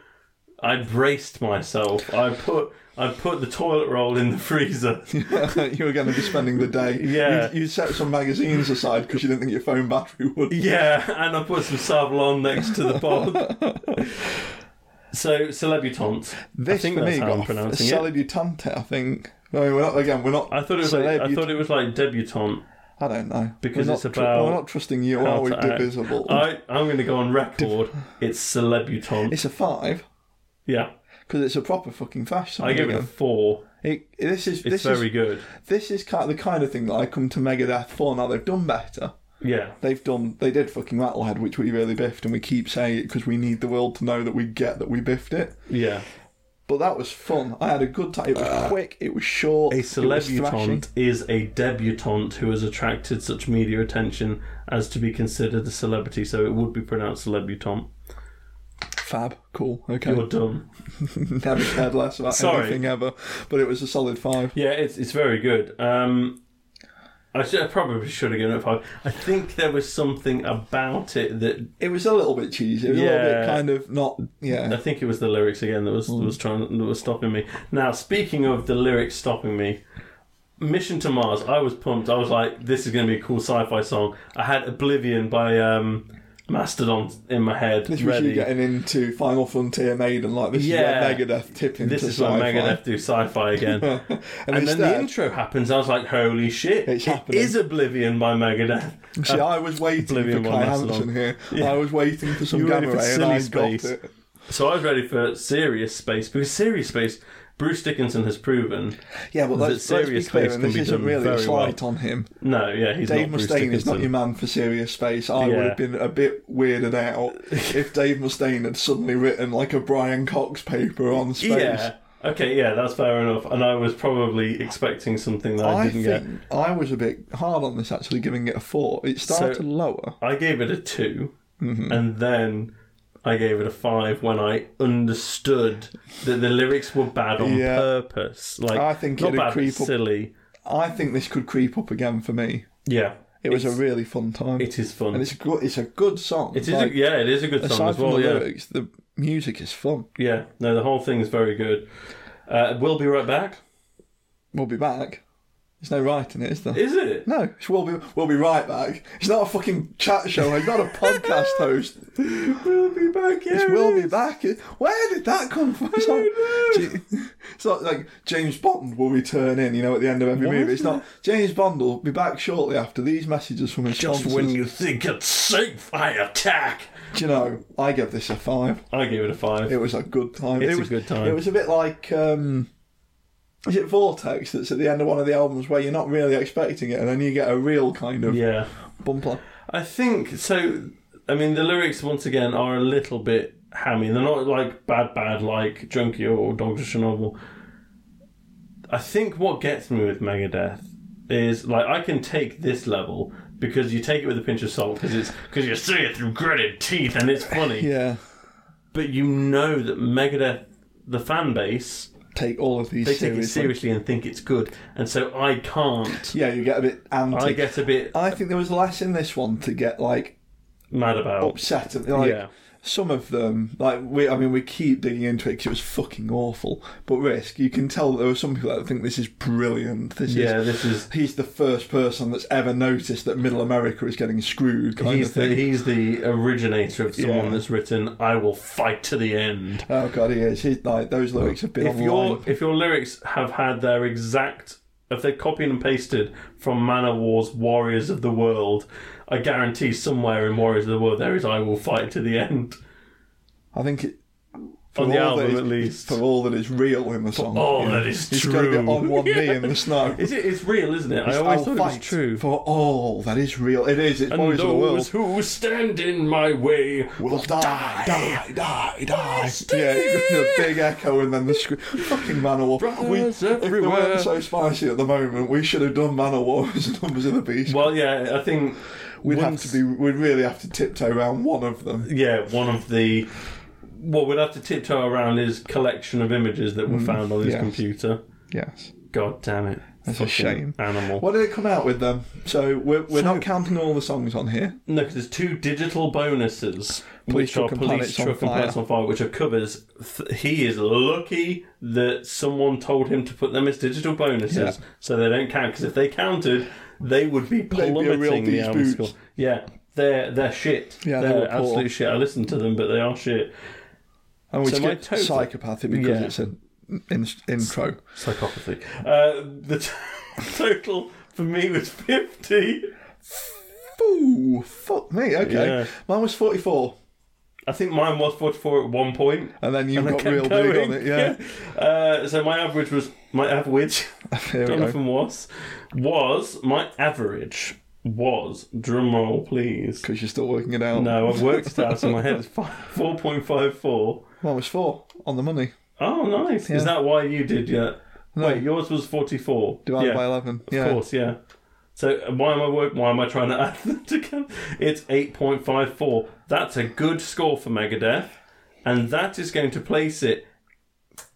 I braced myself. I put I put the toilet roll in the
[LAUGHS]
freezer.
you were going to be spending the
[LAUGHS]
day.
Yeah.
You, you set some magazines aside because you didn't think your phone battery would.
yeah, and I put some Savlon next to the pod. so celebutante.
This
I think
for
that's
me
how I'm
got a
pronouncing it.
salibutante, I think. I mean, we're not again. We're not.
I thought it was like I thought it was like debutante.
I don't know
because
we're
it's
not
about
we're not trusting you, are we?
How to act.
Divisible.
I I'm going to go on record. It's celebutante.
It's a five
Yeah,
because it's a proper fucking fashion. song
I give it a
again.
four.
It- this is
It's
this
very
is
good.
this is kind of the kind of thing that I come to Megadeth for. Now they've done better.
Yeah.
They've done. They did fucking Rattlehead, which we really biffed, and we keep saying it because we need the world to know that we get that we biffed it.
Yeah.
But that was fun. I had a good time. It was quick. It was short.
Uh, A
it was thrashing.
celebutante is a debutante who has attracted such media attention as to be considered a celebrity, so it would be pronounced celebutante.
Fab. Cool. Okay.
You're done.
[LAUGHS] Never cared less about
Sorry.
anything ever. But it was a solid five.
Yeah, it's it's very good. Um, I, should, I probably should have given it a five. I think there was something about it that
It was a little bit cheesy. It was a little
Yeah.
bit kind of not. Yeah.
I think it was the lyrics again that was that
Hmm.
was trying that was stopping me. Now, speaking of the lyrics stopping me, Mission to Mars. I was pumped. I was like, this is going to be a cool sci-fi song. I had Oblivion by um, Mastodon in my head.
This was
ready.
you getting into Final Frontier Maiden, like this
Yeah.
is where Megadeth tip into
this is where
sci-fi.
Megadeth do sci-fi again. and
and,
then
instead,
the intro happens. I was like, "Holy shit!
It's
it
happening.
is Oblivion by Megadeth."
[LAUGHS]
Uh,
see, I was waiting
Oblivion
for
by
Kai
Mastodon.
Hansen here. I was waiting for some
You were ready
gamma
for
ray, and
silly
I
space.
got it.
So I was ready for Serious Space because Serious Space, Bruce Dickinson has proven.
Yeah, but
That
let's, let's be
serious
clear,
space
and
can
this
be
isn't
done
really a
very well.
slight on him.
No, yeah, he's
Dave
not Bruce
Mustaine is not
Dickinson.
your man for serious space. I would
Yeah.
have been a bit weirded out
[LAUGHS]
if Dave Mustaine had suddenly written like a Brian Cox paper on space.
Yeah. Okay, yeah, that's fair enough. And I was probably expecting something that I,
I
didn't
think
get.
I was a bit hard on this actually, giving it a four. It started lower.
I gave it a 2
Mm-hmm.
and then I gave it a five when I understood that the lyrics were bad on
Yeah.
purpose. Like,
I think
not
it'd
bad,
creep
but
up-
silly.
I think this could creep up again for me.
Yeah,
It was
It's-
a really fun time,
It is fun.
and it's a good. It's a good song.
It is
Like,
a, yeah, it is a good song
aside
as
from
well.
the
Yeah,
lyrics, the music is fun.
yeah. No, the whole thing is very good. Uh, we'll be right back.
We'll be back. There's no right in it, is there?
Is it?
no, it's we'll be we'll be right back. It's not a fucking chat show. It's
[LAUGHS]
not a podcast host.
[LAUGHS] We'll be back. Yeah,
It's we'll be back. It- Where did that come from? It's not, J- it's not like James Bond will return in. You know, at the end of every movie. It's not James Bond will be back shortly after these messages from his
Just when you think it's safe, I attack.
Do you know? I give this a five.
I gave it a five.
It was a good time.
It's
it
a
was,
good time.
It was a bit like um, is it Vortex that's at the end of one of the albums where you're not really expecting it, and then you get a real kind of
yeah.
bumper.
I think so. I mean, the lyrics once again are a little bit hammy. They're not like bad, bad like Junkie or Doctor Chernobyl. I think what gets me with Megadeth is like I can take this level because you take it with a pinch of salt because it's because you see it through gritted teeth and it's funny.
[LAUGHS] Yeah,
But you know that Megadeth, the fan base,
take all of these
they
seriously.
take it seriously and think it's good, and so I can't.
Yeah, you get a bit anti.
I get a bit
I think there was less in this one to get like
mad about.
upset and like.
Yeah.
Some of them, like we, I mean, we keep digging into it because it was fucking awful. But risk, you can tell there were some people that think this is brilliant. This
Yeah,
is
this is
he's the first person that's ever noticed that Middle America is getting screwed. Kind
He's
of thing.
the, he's the originator of someone
Yeah.
that's written "I will fight to the end."
Oh god, he is. He's like those lyrics have been
If your
online.
if your lyrics have had their exact if they're copied and pasted from Manowar's Warriors of the World, I guarantee somewhere in Warriors of the World there is "I will fight to the end"
I think it, for
on the
all that
album
is-
at least.
for all that is real in the song.
all
you know,
that is
he's gotta
true.
get on
[LAUGHS]
one knee in the snow.
Is it? It's real, isn't it? I always
I'll
thought it was
fight
true.
For all that is real, it is. It's
And
always the
those
world.
who stand in my way
Will die, die, die, die. Yeah, the big echo and then the scream. Fucking Manowar. We,
Brothers
if we
everywhere.
weren't so spicy at the moment, we should have done Manowar as [LAUGHS] numbers of the beast.
Well, yeah, I think
we'd
once-
have to be. We'd really have to tiptoe around one of them.
yeah, one of the what we'd have to tiptoe around is collection of images that were found on his
Mm. yes.
computer.
Yes.
God damn it.
That's
Fucking
a shame.
Animal.
What did it come out with then? So we're, we're not counting all the songs on here.
No, 'cause there's two digital bonuses,
Police
which are
Truck and
Police
Planets on
Truck and
Fire.
Planets on Fire, which are covers. Th- he is lucky that someone told him to put them as digital bonuses,
Yeah.
so they don't count. Because if they counted, they would be
be a real
plummeting the
these
album
boots.
score. Yeah, they're they're shit.
Yeah, they
they're
were poor.
absolute shit. I listened to them, but they are shit.
And we
So
just
my
get
total-
psychopathic because
Yeah.
it's an in- intro.
Psychopathy. Uh, the t- [LAUGHS] total for me was fifty.
Ooh, fuck me. Okay,
Yeah.
mine was forty-four,
I think mine was forty-four at one point.
and then you
I
got
kept
real big
going.
on
[LAUGHS]
it. Yeah,
Uh, so my average was my average.
[LAUGHS] Here we go.
Jonathan was was my average was drum roll please.
Because you're still working it out.
No, I've worked it out in my head. It's four point five four.
mine was four on the money.
Oh, nice. Is that why you did that?
No.
Wait, yours was forty four.
Divided
yeah,
by eleven.
Of
yeah,
course, yeah. So uh, why am I work? Why am I trying to [LAUGHS] add them together? It's eight point five four. That's a good score for Megadeth, and that is going to place it.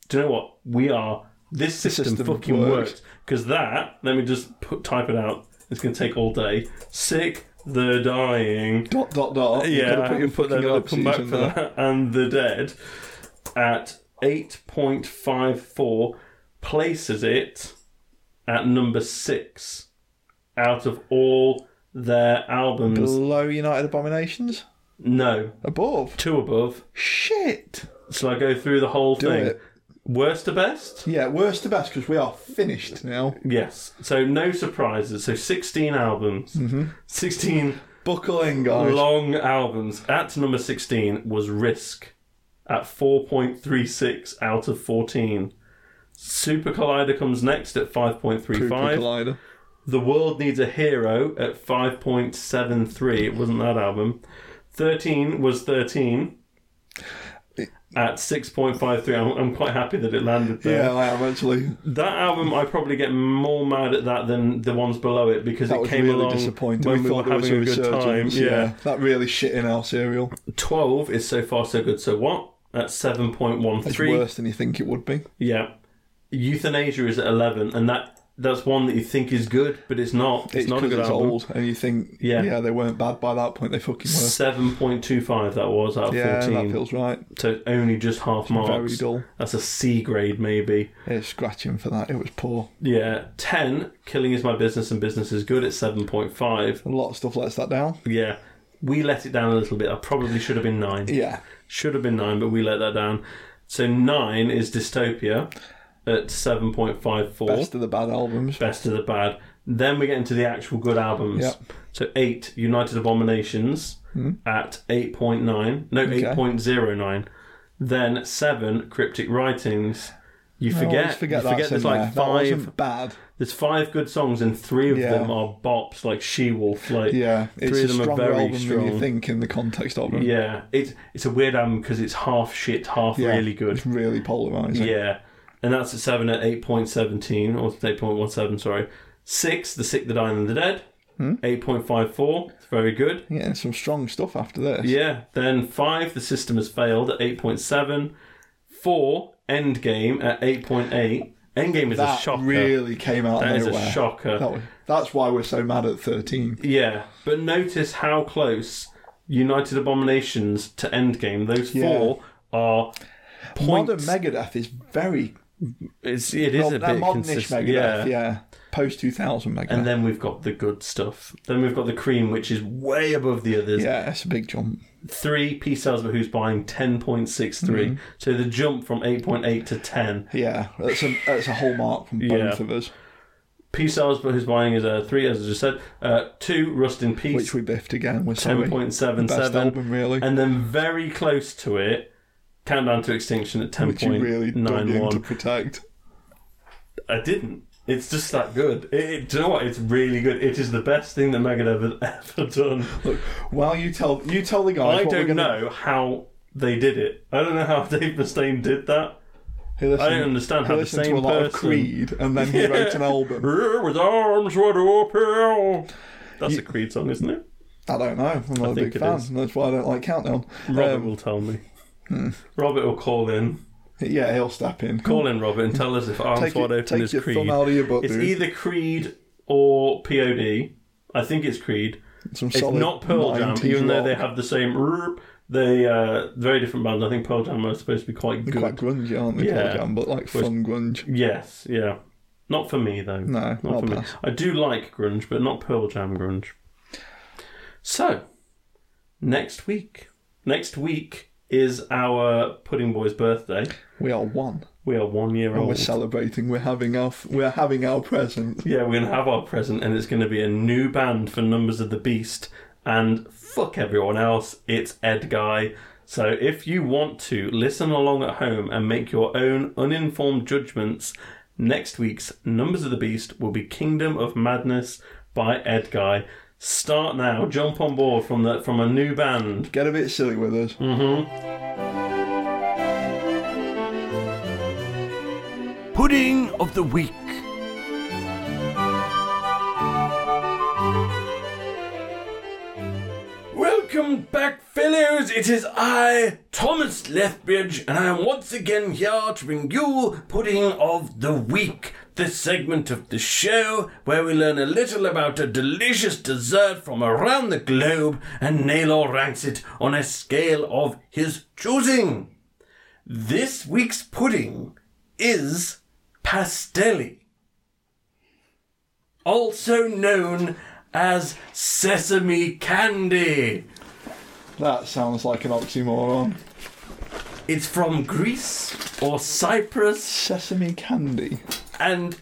Do you know what we are? This system,
system
fucking
works.
works because that. Let me just put, type it out. It's going to take all day. Sick the dying.
Dot dot dot. You
Yeah,
could've put your
put
fucking
that
up
come back for
season there.
that and the dead at eight point five four places it at number six out of all their albums.
Below United Abominations.
No,
Above.
two above.
Shit.
Shall I go through the whole
Do
thing?
it.
Worst to best?
Yeah, worst to best because we are finished now.
Yes. So no surprises. So sixteen albums.
Mm-hmm.
Sixteen
Buckle in, guys.
long albums. At number 16 was Risk at 4.36 out of 14. Super Collider comes next at
Pooper
5.35.
Collider.
The World Needs a Hero at 5.73. It wasn't that album. 13 was 13 at 6.53. I'm, I'm quite happy that it landed there.
Yeah, I am actually.
That album, I probably get more mad at that than the ones below it because
That
it
was
came
really
along
disappointing.
when we,
we
were
thought there was
having a good time.
resurgence,
yeah.
that really shit in our cereal.
12 is so far so good so what at
It's
7.13
worse than you think it would be.
yeah euthanasia is at 11 and that that's one that you think is good but it's not it's, not a
'cause
good
it's
album
old, and you think, yeah.
Yeah.
they weren't bad by that point. They fucking were.
7.25 that was out of
yeah,
14
that feels right.
so only just half
Very
marks
dull.
that's a c grade maybe
Yeah, scratching for that. It was poor.
yeah 10 killing is my business and business is good at 7.5
A lot of stuff lets that down.
yeah we let it down a little bit i probably should have been 9
Yeah,
Should have been nine, but we let that down. So nine is Dystopia at seven point five four.
best of the bad albums.
Best of the bad. Then we get into the actual good albums.
Yeah.
So eight, United Abominations at eight point nine. No,
Hmm. Okay.
eight point zero nine. Then seven, Cryptic Writings. You
I always
forget,
Oh, forget
you
that's
forget there's
in
like
there. That
five
wasn't bad.
there's five good songs and three of
Yeah.
them are bops like She Wolf. Like
Yeah, it's
three
a
of them are
stronger
very
album
strong.
than you think in the context of it.
Yeah. It's it's a weird album because it's half shit, half
Yeah,
really good.
It's really polarizing.
[LAUGHS] Yeah, and that's at seven at eight point seventeen or eight point one seven. Sorry, six the sick, the dying, and the dead.
Hmm?
Eight point five four, very good.
Yeah, some strong stuff after this.
Yeah, then five the system has failed at eight point seven. Four Endgame at eight point eight. Endgame is a
that
shocker.
really came out
that
of
is
nowhere.
a shocker.
That was- that's why we're so mad at 13.
Yeah, but notice how close United Abominations to Endgame. Those
Yeah.
four are.
Modern
Points.
Megadeth is very
It's, it is
well,
a
uh,
bit
modernish
consistent.
Megadeth, yeah. Post 2000 Megadeth.
And then we've got the good stuff. Then we've got the cream, which is way above the others.
yeah, it's a big jump.
Three P sells, but who's buying 10.63.
Mm-hmm.
So the jump from 8.8 to 10.
Yeah, that's a, that's a hallmark from both
Yeah.
of us,
P sells, but who's buying is uh, three, as I just said. Uh, two, Rust in
which
Peace,
we biffed again. We're sorry. Best
10.77.
album, really.
And then very close to it, Countdown to Extinction at
which you really dug in
10.91.
to protect.
I didn't. It's just that good. It, it- do you know what? It's really good. It is the best thing that Megadeth has ever done.
Look, while you tell you tell the guys,
I
what we're
don't
gonna,
know how they did it. I don't know how [LAUGHS] Dave Mustaine did that.
He listened,
I don't understand
he
how the
listened
same
to a lot of
person-
Creed, and then he wrote
[LAUGHS]
an album.
Here with arms wide open. That's a Creed song, isn't it?
I don't know. I'm not
think
a big
it
fan.
is.
Um, That's why I don't like Countdown.
Robert
Um,
will tell me. Robert will call in.
Yeah, he'll step in.
Call in, Robert, and tell us if Arms
Take,
Wide
it,
Open
take
is
your
Creed.
thumb out of your butt,
It's
dude.
either Creed or POD. I think it's Creed.
Some
It's
solid
not Pearl Jam,
90s
even though they
rock.
have the same. roop. They uh, very different bands. I think Pearl Jam are supposed to be quite good.
quite grungy, aren't they?
Yeah.
Pearl Jam, but like
Which-
fun grunge.
Yes, yeah. Not for me though.
No,
not
I'll
for me.
pass.
I do like grunge, but not Pearl Jam grunge. So, next week, next week is our Pudding Boy's birthday.
We are one.
We are one year
And Oh, we're
old.
celebrating. We're having our f- we're having our present.
Yeah, we're gonna have our present, and it's gonna be a new band for Numbers of the Beast, and fuck everyone else. It's Ed Guy. So if you want to listen along at home and make your own uninformed judgments, next week's Numbers of the Beast will be Kingdom of Madness by Ed Guy. Start now. Jump on board from the from a new band.
Get a bit silly with us.
Mm.
Pudding of the Week.
Welcome back, fellows. It is I, Thomas Lethbridge, and I am once again here to bring you Pudding of the Week, the segment of the show where we learn a little about a delicious dessert from around the globe and Naylor ranks it on a scale of his choosing. This week's pudding is pastelli also known as sesame candy.
That sounds like an oxymoron.
It's from Greece or Cyprus,
Sesame candy.
and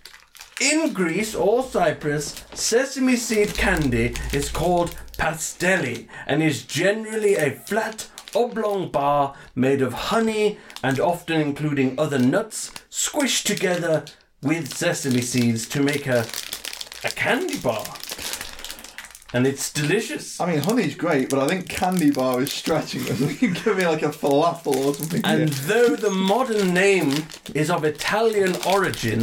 in Greece or Cyprus, sesame seed candy is called pasteli and is generally a flat oblong bar made of honey and often including other nuts squished together with sesame seeds to make a a candy bar. And it's delicious.
I mean, honey's great, but I think candy bar is stretching us. [LAUGHS] You can give me like a falafel or something.
And
here.
though the modern name is of Italian origin,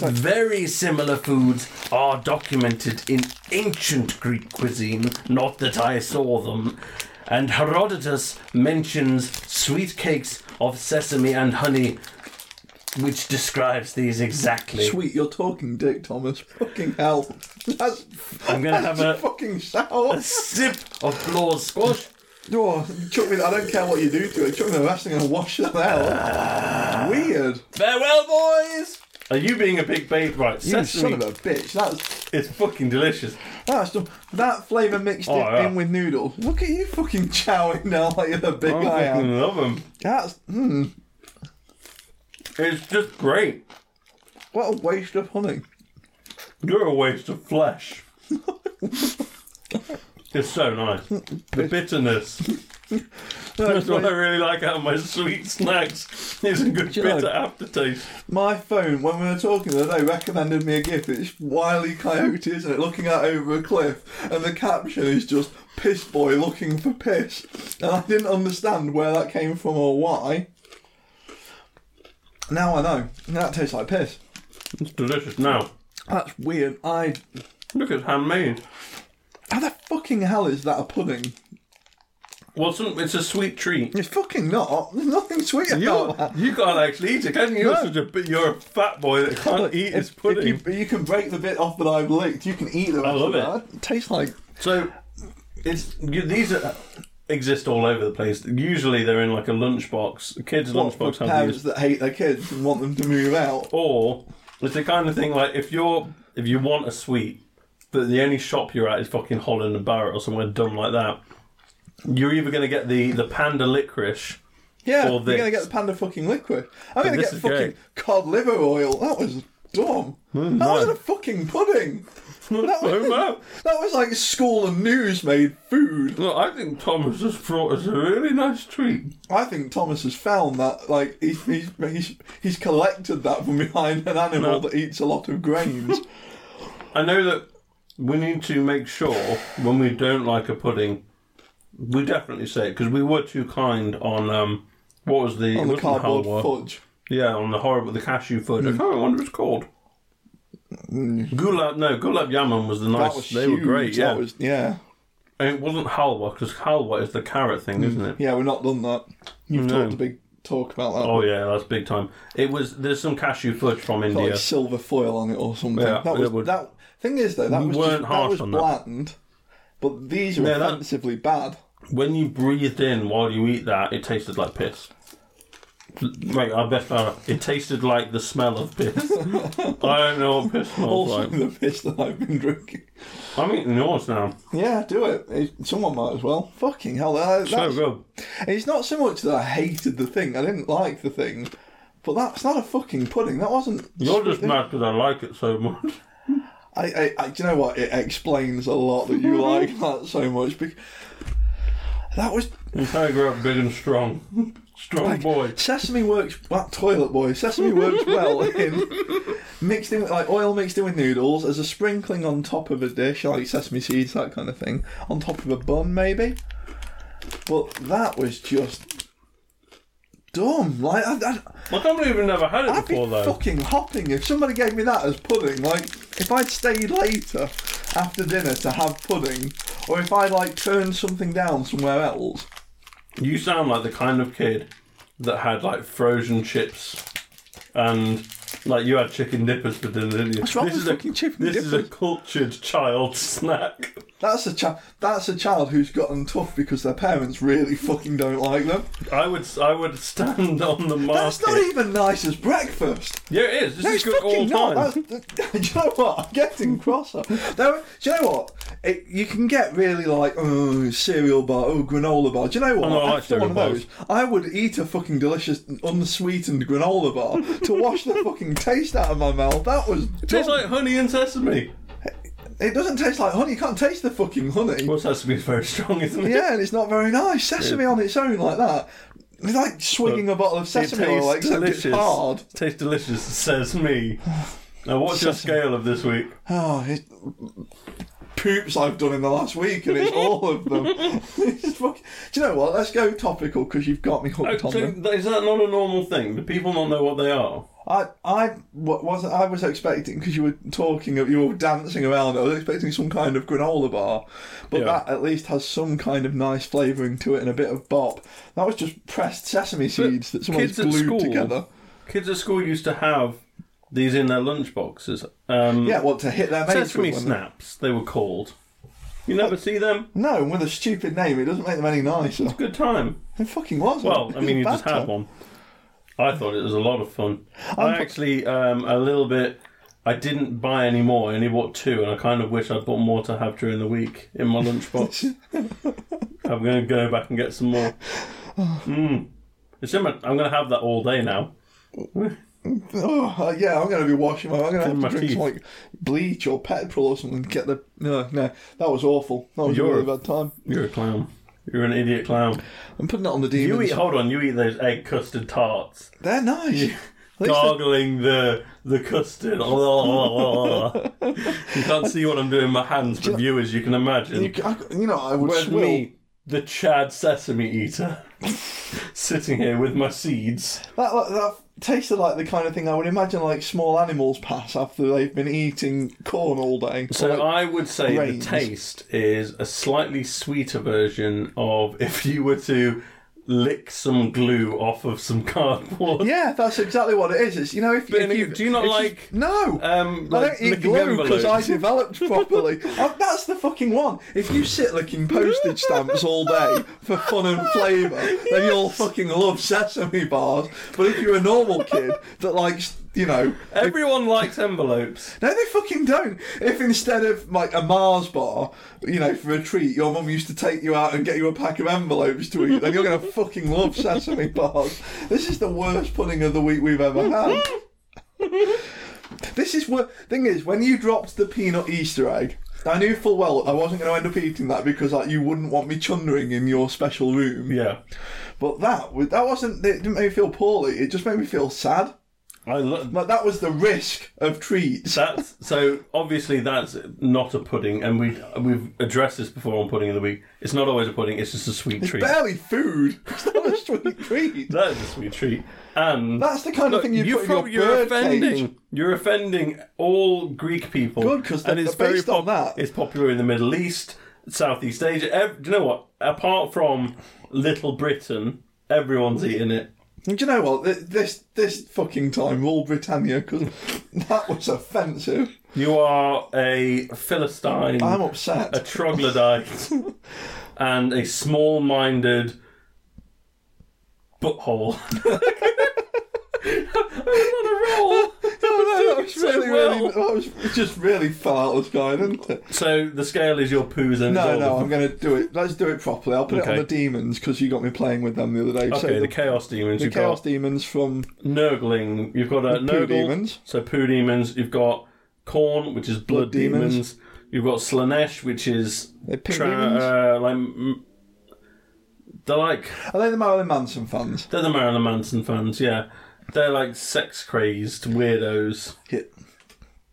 very similar foods are documented in ancient Greek cuisine, not that I saw them. And Herodotus mentions sweet cakes of sesame and honey, which describes these exactly.
Sweet, you're talking dick, Thomas. Fucking hell. That's,
I'm gonna
that's
have a-
[LAUGHS] fucking sour.
Sip of Claw's squash.
Oh, chuck me, I don't care what you do to it. Chuck me the rest, I'm going to wash that out.
Ah.
It's weird.
Farewell, boys! Are you being a big babe? Right,
You son
sesame.
of a bitch. That's,
It's fucking delicious.
that's dumb. That flavour mixed
Oh,
in,
yeah.
in with noodles. Look at you fucking chowing down [LAUGHS] like you're the big
I
guy.
fucking
am.
love them.
That's, hmm,
It's just great.
what a waste of honey.
You're a waste of
[LAUGHS]
flesh. it's so nice. The
[LAUGHS]
bitterness. That's what I really like out of my sweet snacks. It's a good
you know-
bitter aftertaste.
My phone, when we were talking the other day, recommended me a GIF. It's Wiley Coyote, isn't it? Looking out over a cliff, and the caption is just "Piss Boy looking for piss," and I didn't understand where that came from or why. Now I know. That tastes like piss.
It's delicious. Now,
That's weird. I.
look, it's handmade.
How the fucking hell is that a pudding?
Well, some, it's a sweet treat.
It's fucking not. There's nothing sweet
You,
about [LAUGHS] that.
you can't actually eat it, can you? You're,
No.
such a, bi- you're a fat boy that can't
Look,
eat
if-
his pudding.
If you, you can break the bit off that I've licked. You can eat the rest
love
of
it.
that. tastes like
So, it's you, these are, exist all over the place. Usually, they're in like a lunchbox. A kid's
what,
lunchbox
for
have these.
parents that hate their kids and want them to move out.
or it's the kind of thing like if you're if you want a sweet, but the only shop you're at is fucking Holland and Barrett or somewhere dumb like that. You're either going to get the the panda licorice.
Yeah,
or
you're
this.
gonna get the panda fucking liquid. I'm gonna
this
get
is
fucking
great. Hmm,
cod liver oil. That was dumb. that wasn't
man.
a
[LAUGHS]
fucking pudding.
That
was- That was like school and news made food.
Look, I think Thomas has brought us a really nice treat.
I think Thomas has found that like he's he's he's, he's collected that from behind an animal that eats a lot of grains.
I know that we need to make sure when we don't like a pudding, we definitely say it because we were too kind on um, what was the
on the
it wasn't
cardboard
halwa.
fudge.
Yeah, on the horrible the cashew fudge. I
Hmm.
can't remember what it was called. Gulab no, Gulab Yaman was the nice.
That was
they
huge.
were great. Yeah,
That was, yeah,
and it wasn't halwa because halwa is the carrot thing, isn't it?
Hmm. yeah. We've not done that. You've
No.
talked a big talk about that.
Oh yeah, that's big time. It was there's some cashew fudge from
Got, like
India.
silver foil on it or something.
Yeah,
that was
it would-
that thing is though that
We
was
weren't
just,
harsh
that was
on that.
bland, but these are
Yeah, that-
offensively bad.
When you breathed in while you eat that, it tasted like piss. Like I bet uh, it tasted like the smell of
[LAUGHS]
piss. I don't know what piss smells
Also,
like.
the piss that I've been drinking.
I'm eating yours now.
Yeah, do it. It- Someone might as well. Fucking hell, that,
So
that's-
good.
It's not so much that I hated the thing, I didn't like the thing, but that's not a fucking pudding. That wasn't.
You're just mad because I like it so much.
I, I, I, do you know what? It explains a lot that you like that so much. Because that was
I grew up big and strong, [LAUGHS] strong Oh, boy.
Sesame works. That toilet boy. Sesame works well in mixed in with like oil mixed in with noodles as a sprinkling on top of a dish, like sesame seeds, that kind of thing, on top of a bun maybe. But that was just dumb. Like I, I,
I can't believe you've never had it
I'd be
before though.
fucking hopping if somebody gave me that as pudding. Like, if I'd stayed later after dinner to have pudding, or if I'd like turned something down somewhere else.
You sound like the kind of kid that had like frozen chips and like you had chicken dippers for dinner, didn't you?
What's wrong with
a-
fucking chicken
This is a
dippers?
cultured child snack.
That's a child. That's a child who's gotten tough because their parents really fucking don't like them.
I would I would stand on the market.
That's not even nice as breakfast.
yeah, it is. This
No,
is
it's
good all
fucking
time.
not. That's, [LAUGHS] do you know what? I'm getting crosser. There, do you know what? It, you can get really like, oh, cereal bar, oh, granola bar. Do you know what?
Oh, no, I like
After one of
cereal
those, I would eat a fucking delicious, unsweetened granola bar to wash the fucking taste out of my mouth. That was.
It tastes
dumb.
like honey and sesame.
it doesn't taste like honey. You can't taste the fucking honey.
Well, sesame is very strong, isn't it?
Yeah, and it's not very nice. Sesame on its own like that. It's like swigging a bottle of
It
sesame
tastes
oil, except
delicious.
it's hard.
It tastes delicious, says me. Now, what's your scale of this week?
Oh, it, poops I've done in the last week, and it's all
[LAUGHS]
of them. [LAUGHS] It's fuck- Do you know what? Let's go topical because you've got me hooked
So,
on them.
is that not a normal thing? Do people not know what they are?
I, I wa- was I was expecting because you were talking, of- you were dancing around. I was expecting some kind of granola bar, but
Yeah.
that at least has some kind of nice flavouring to it and a bit of bop. That was just pressed sesame seeds that someone's
kids at
glued
school-
together.
Kids at school used to have these in their lunchboxes. Um,
Yeah, what to hit their mates
sesame
with? when-
snaps, they were called. You never see them?
No, and with a stupid name, it doesn't make them any nicer.
Good time.
It fucking wasn't.
Well, I
It was a
mean, you
bad
just had
time.
one. I thought it was a lot of fun. I
I'm-
actually, um, a little bit, I didn't buy any more. I only bought two, and I kind of wish I'd bought more to have during the week in
[LAUGHS]
my lunchbox. I'm going to go back and get some more. Mm. It's in my, I'm going to have that all day now.
Oh uh, yeah, I'm gonna be washing my. I'm gonna have
my
to drink
teeth.
some like bleach or petrol or something. to Get the no, no. That was awful. That was
You're-
a really bad time.
You're a clown. You're an idiot clown.
I'm putting that on the demons.
You eat. Hold on. You eat those egg custard tarts,
They're nice. At least
gargling the the custard. [LAUGHS] you can't see what I'm doing with my hands, but viewers, you can
they-
imagine.
you, I, you know, I would
Whereas
swill.
me, the Chad sesame eater, [LAUGHS] sitting here with my seeds.
That, that that tasted like the kind of thing I would imagine like small animals pass after they've been eating corn all day.
So
Or, like,
I would say
grains.
the taste is a slightly sweeter version of if you were to lick some glue off of some [LAUGHS] cardboard.
yeah, that's exactly what it is. It's you know if,
But
if you
do you not
if
like?
no.
Um,
I
like
don't eat
licking
glue because I
envelopes?
developed properly. Oh, that's the fucking one. If you sit licking postage stamps all day for fun and flavour, then you'll fucking love sesame bars. But if you're a normal kid that likes, you know,
Everyone likes envelopes.
no, they fucking don't. If instead of like a Mars bar, you know, for a treat, your mum used to take you out and get you a pack of envelopes to eat, then you're gonna fucking love sesame bars. This is the worst pudding of the week we've ever had. this is what thing is when you dropped the peanut Easter egg. I knew full well I wasn't going to end up eating that because like, you wouldn't want me chundering in your special room.
Yeah.
But that was- that wasn't. It didn't make me feel poorly. It just made me feel sad.
I love
Like that was the risk of treats.
that's so obviously that's not a pudding, and we we've addressed this before on pudding of the week. It's not always a pudding; it's just a sweet treat.
barely food. [LAUGHS] It's not a sweet treat.
That is a sweet treat, and
That's the kind of thing you
you
put
fro-
in your
you're
bird
offending
cage.
you're offending all Greek people.
Good, 'cause
and
they're-
it's
they're
very
based on that.
It's popular in the Middle East, Southeast Asia. Ev- do you know what? Apart from Little Britain, everyone's eating it.
And do you know what? Th- This this fucking time, all Britannia, because that was offensive.
You are a Philistine,
I'm
a
upset. [LAUGHS]
troglodyte, and a small minded butthole. [LAUGHS] I was on a roll.
No, that was
so
really,
well.
really. That was it just really fell out of the sky, didn't it?
So the scale is your poos and
No,
it's
no,
all
I'm going to do it. Let's do it properly. I'll put it on
Okay.
the demons because you got me playing with them the other day.
the-
so
Okay,
the,
the chaos demons.
the
you've
chaos
got
demons from
Nurgling. You've got a
The poo
Nurgle.
demons.
So poo demons. You've got Corn, which is blood,
Blood demons.
demons. You've got Slanesh, which is
the pink demons.
tra- uh, like m- they're like
Are they the Marilyn Manson fans?
they're the Marilyn Manson fans. Yeah, they're like sex crazed weirdos.
Yeah.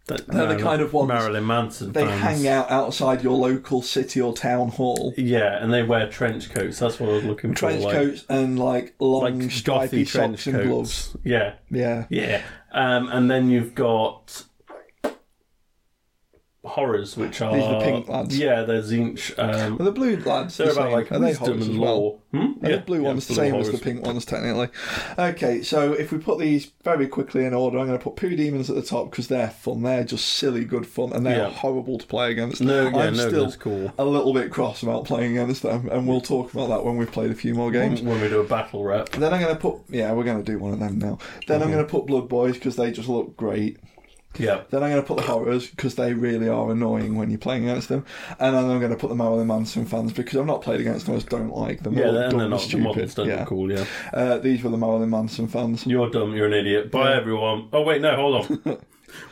That-
They're the kind of ones-
Marilyn Manson.
They
fans.
hang out outside your local city or town hall.
Yeah, and they wear trench coats. That's what I was looking
Trench
for. like-
coats and like long
like gothy
stripy socks
trench
and
coats.
gloves.
Yeah,
Yeah.
yeah. Um, and then you've got horrors, which are
These are the pink lads.
Yeah, they're Zinch. Um,
Are the blue lads
they're
the
about
same?
like
Are they
wisdom
hogs as
and
well?
law. Hmm?
Are the blue ones the
blue
same as the
horrors.
pink ones, technically? Okay, so if we put these very quickly in order, I'm going to put Poo Demons at the top because they're fun. They're just silly, good fun, and they're
Yeah.
horrible to play against.
No, yeah,
I'm
no,
still
that's cool.
a little bit cross about playing against them, and we'll talk about that when we've played a few more games.
When we do a battle rap,
Then I'm going to put, yeah, we're going to do one of them now. Then I'm going to put Blood Boys because they just look great.
yeah.
Then I'm going to put the horrors because they really are annoying when you're playing against them. And then I'm going to put the Marilyn Manson fans because I've not played against them. I just don't like them.
Yeah,
all
they're,
dumb
they're not the
stupid.
models. Don't
yeah.
look cool. Uh, Yeah,
Uh, these were the Marilyn Manson fans.
you're dumb. You're an idiot. Bye, everyone. Oh wait, no, hold
[LAUGHS]
on.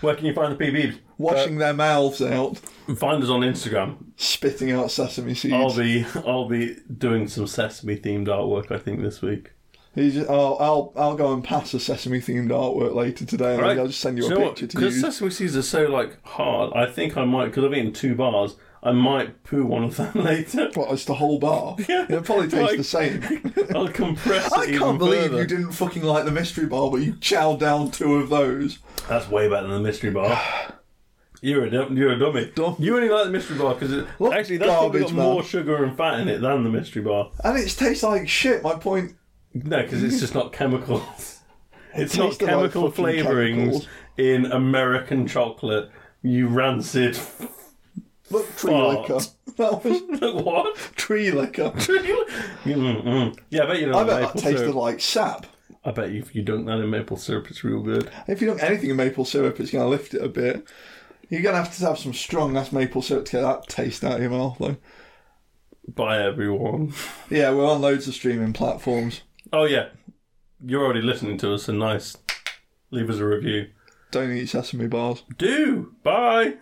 Where can you find the PBs?
Washing their mouths out,
Uh, Find us on Instagram.
spitting out sesame seeds.
I'll be I'll be doing some sesame themed artwork. I think this week.
He's just- I'll, I'll, I'll go and pass a sesame themed artwork later today and I'll just send you,
Do
a
know what?
picture to
'Cause
use.
sesame seeds are so like hard. I think I might because I've eaten two bars. I might poo one of them [LAUGHS] later.
What, it's the whole bar.
[LAUGHS] Yeah,
It'll probably taste
like- [LAUGHS]
the same.
I'll compress.
I
it even
can't believe
further.
you didn't fucking like the mystery bar, but you chowed down two of those.
That's way better than the mystery bar. You're a dum- you're a dummy.
Dumb.
You only like the mystery bar because
Look,
actually that's probably got
garbage, man.
more sugar and fat in it than the mystery bar.
And it tastes like shit. My point
No, because it's just not
[LAUGHS]
chemicals. It's not
tasted like
chemical
fucking
flavorings
chemicals.
in American chocolate. You rancid. [LAUGHS]
Look, tree
Fart.
liquor. [LAUGHS] That was
what? [LAUGHS]
tree liquor.
Mm-mm. Yeah, I bet you don't
I
like
bet
maple
that tasted
syrup.
like sap.
I bet you if you dunk that in maple syrup, it's real good.
If you dunk anything in maple syrup, it's going to lift it a bit. You're going to have to have some strong ass maple syrup to get that taste out of your mouth, though.
Bye, everyone.
Yeah, we're on loads of streaming platforms.
Oh, yeah. You're already listening to us, and nice. Leave us a review.
Don't eat sesame bars.
Do. Bye.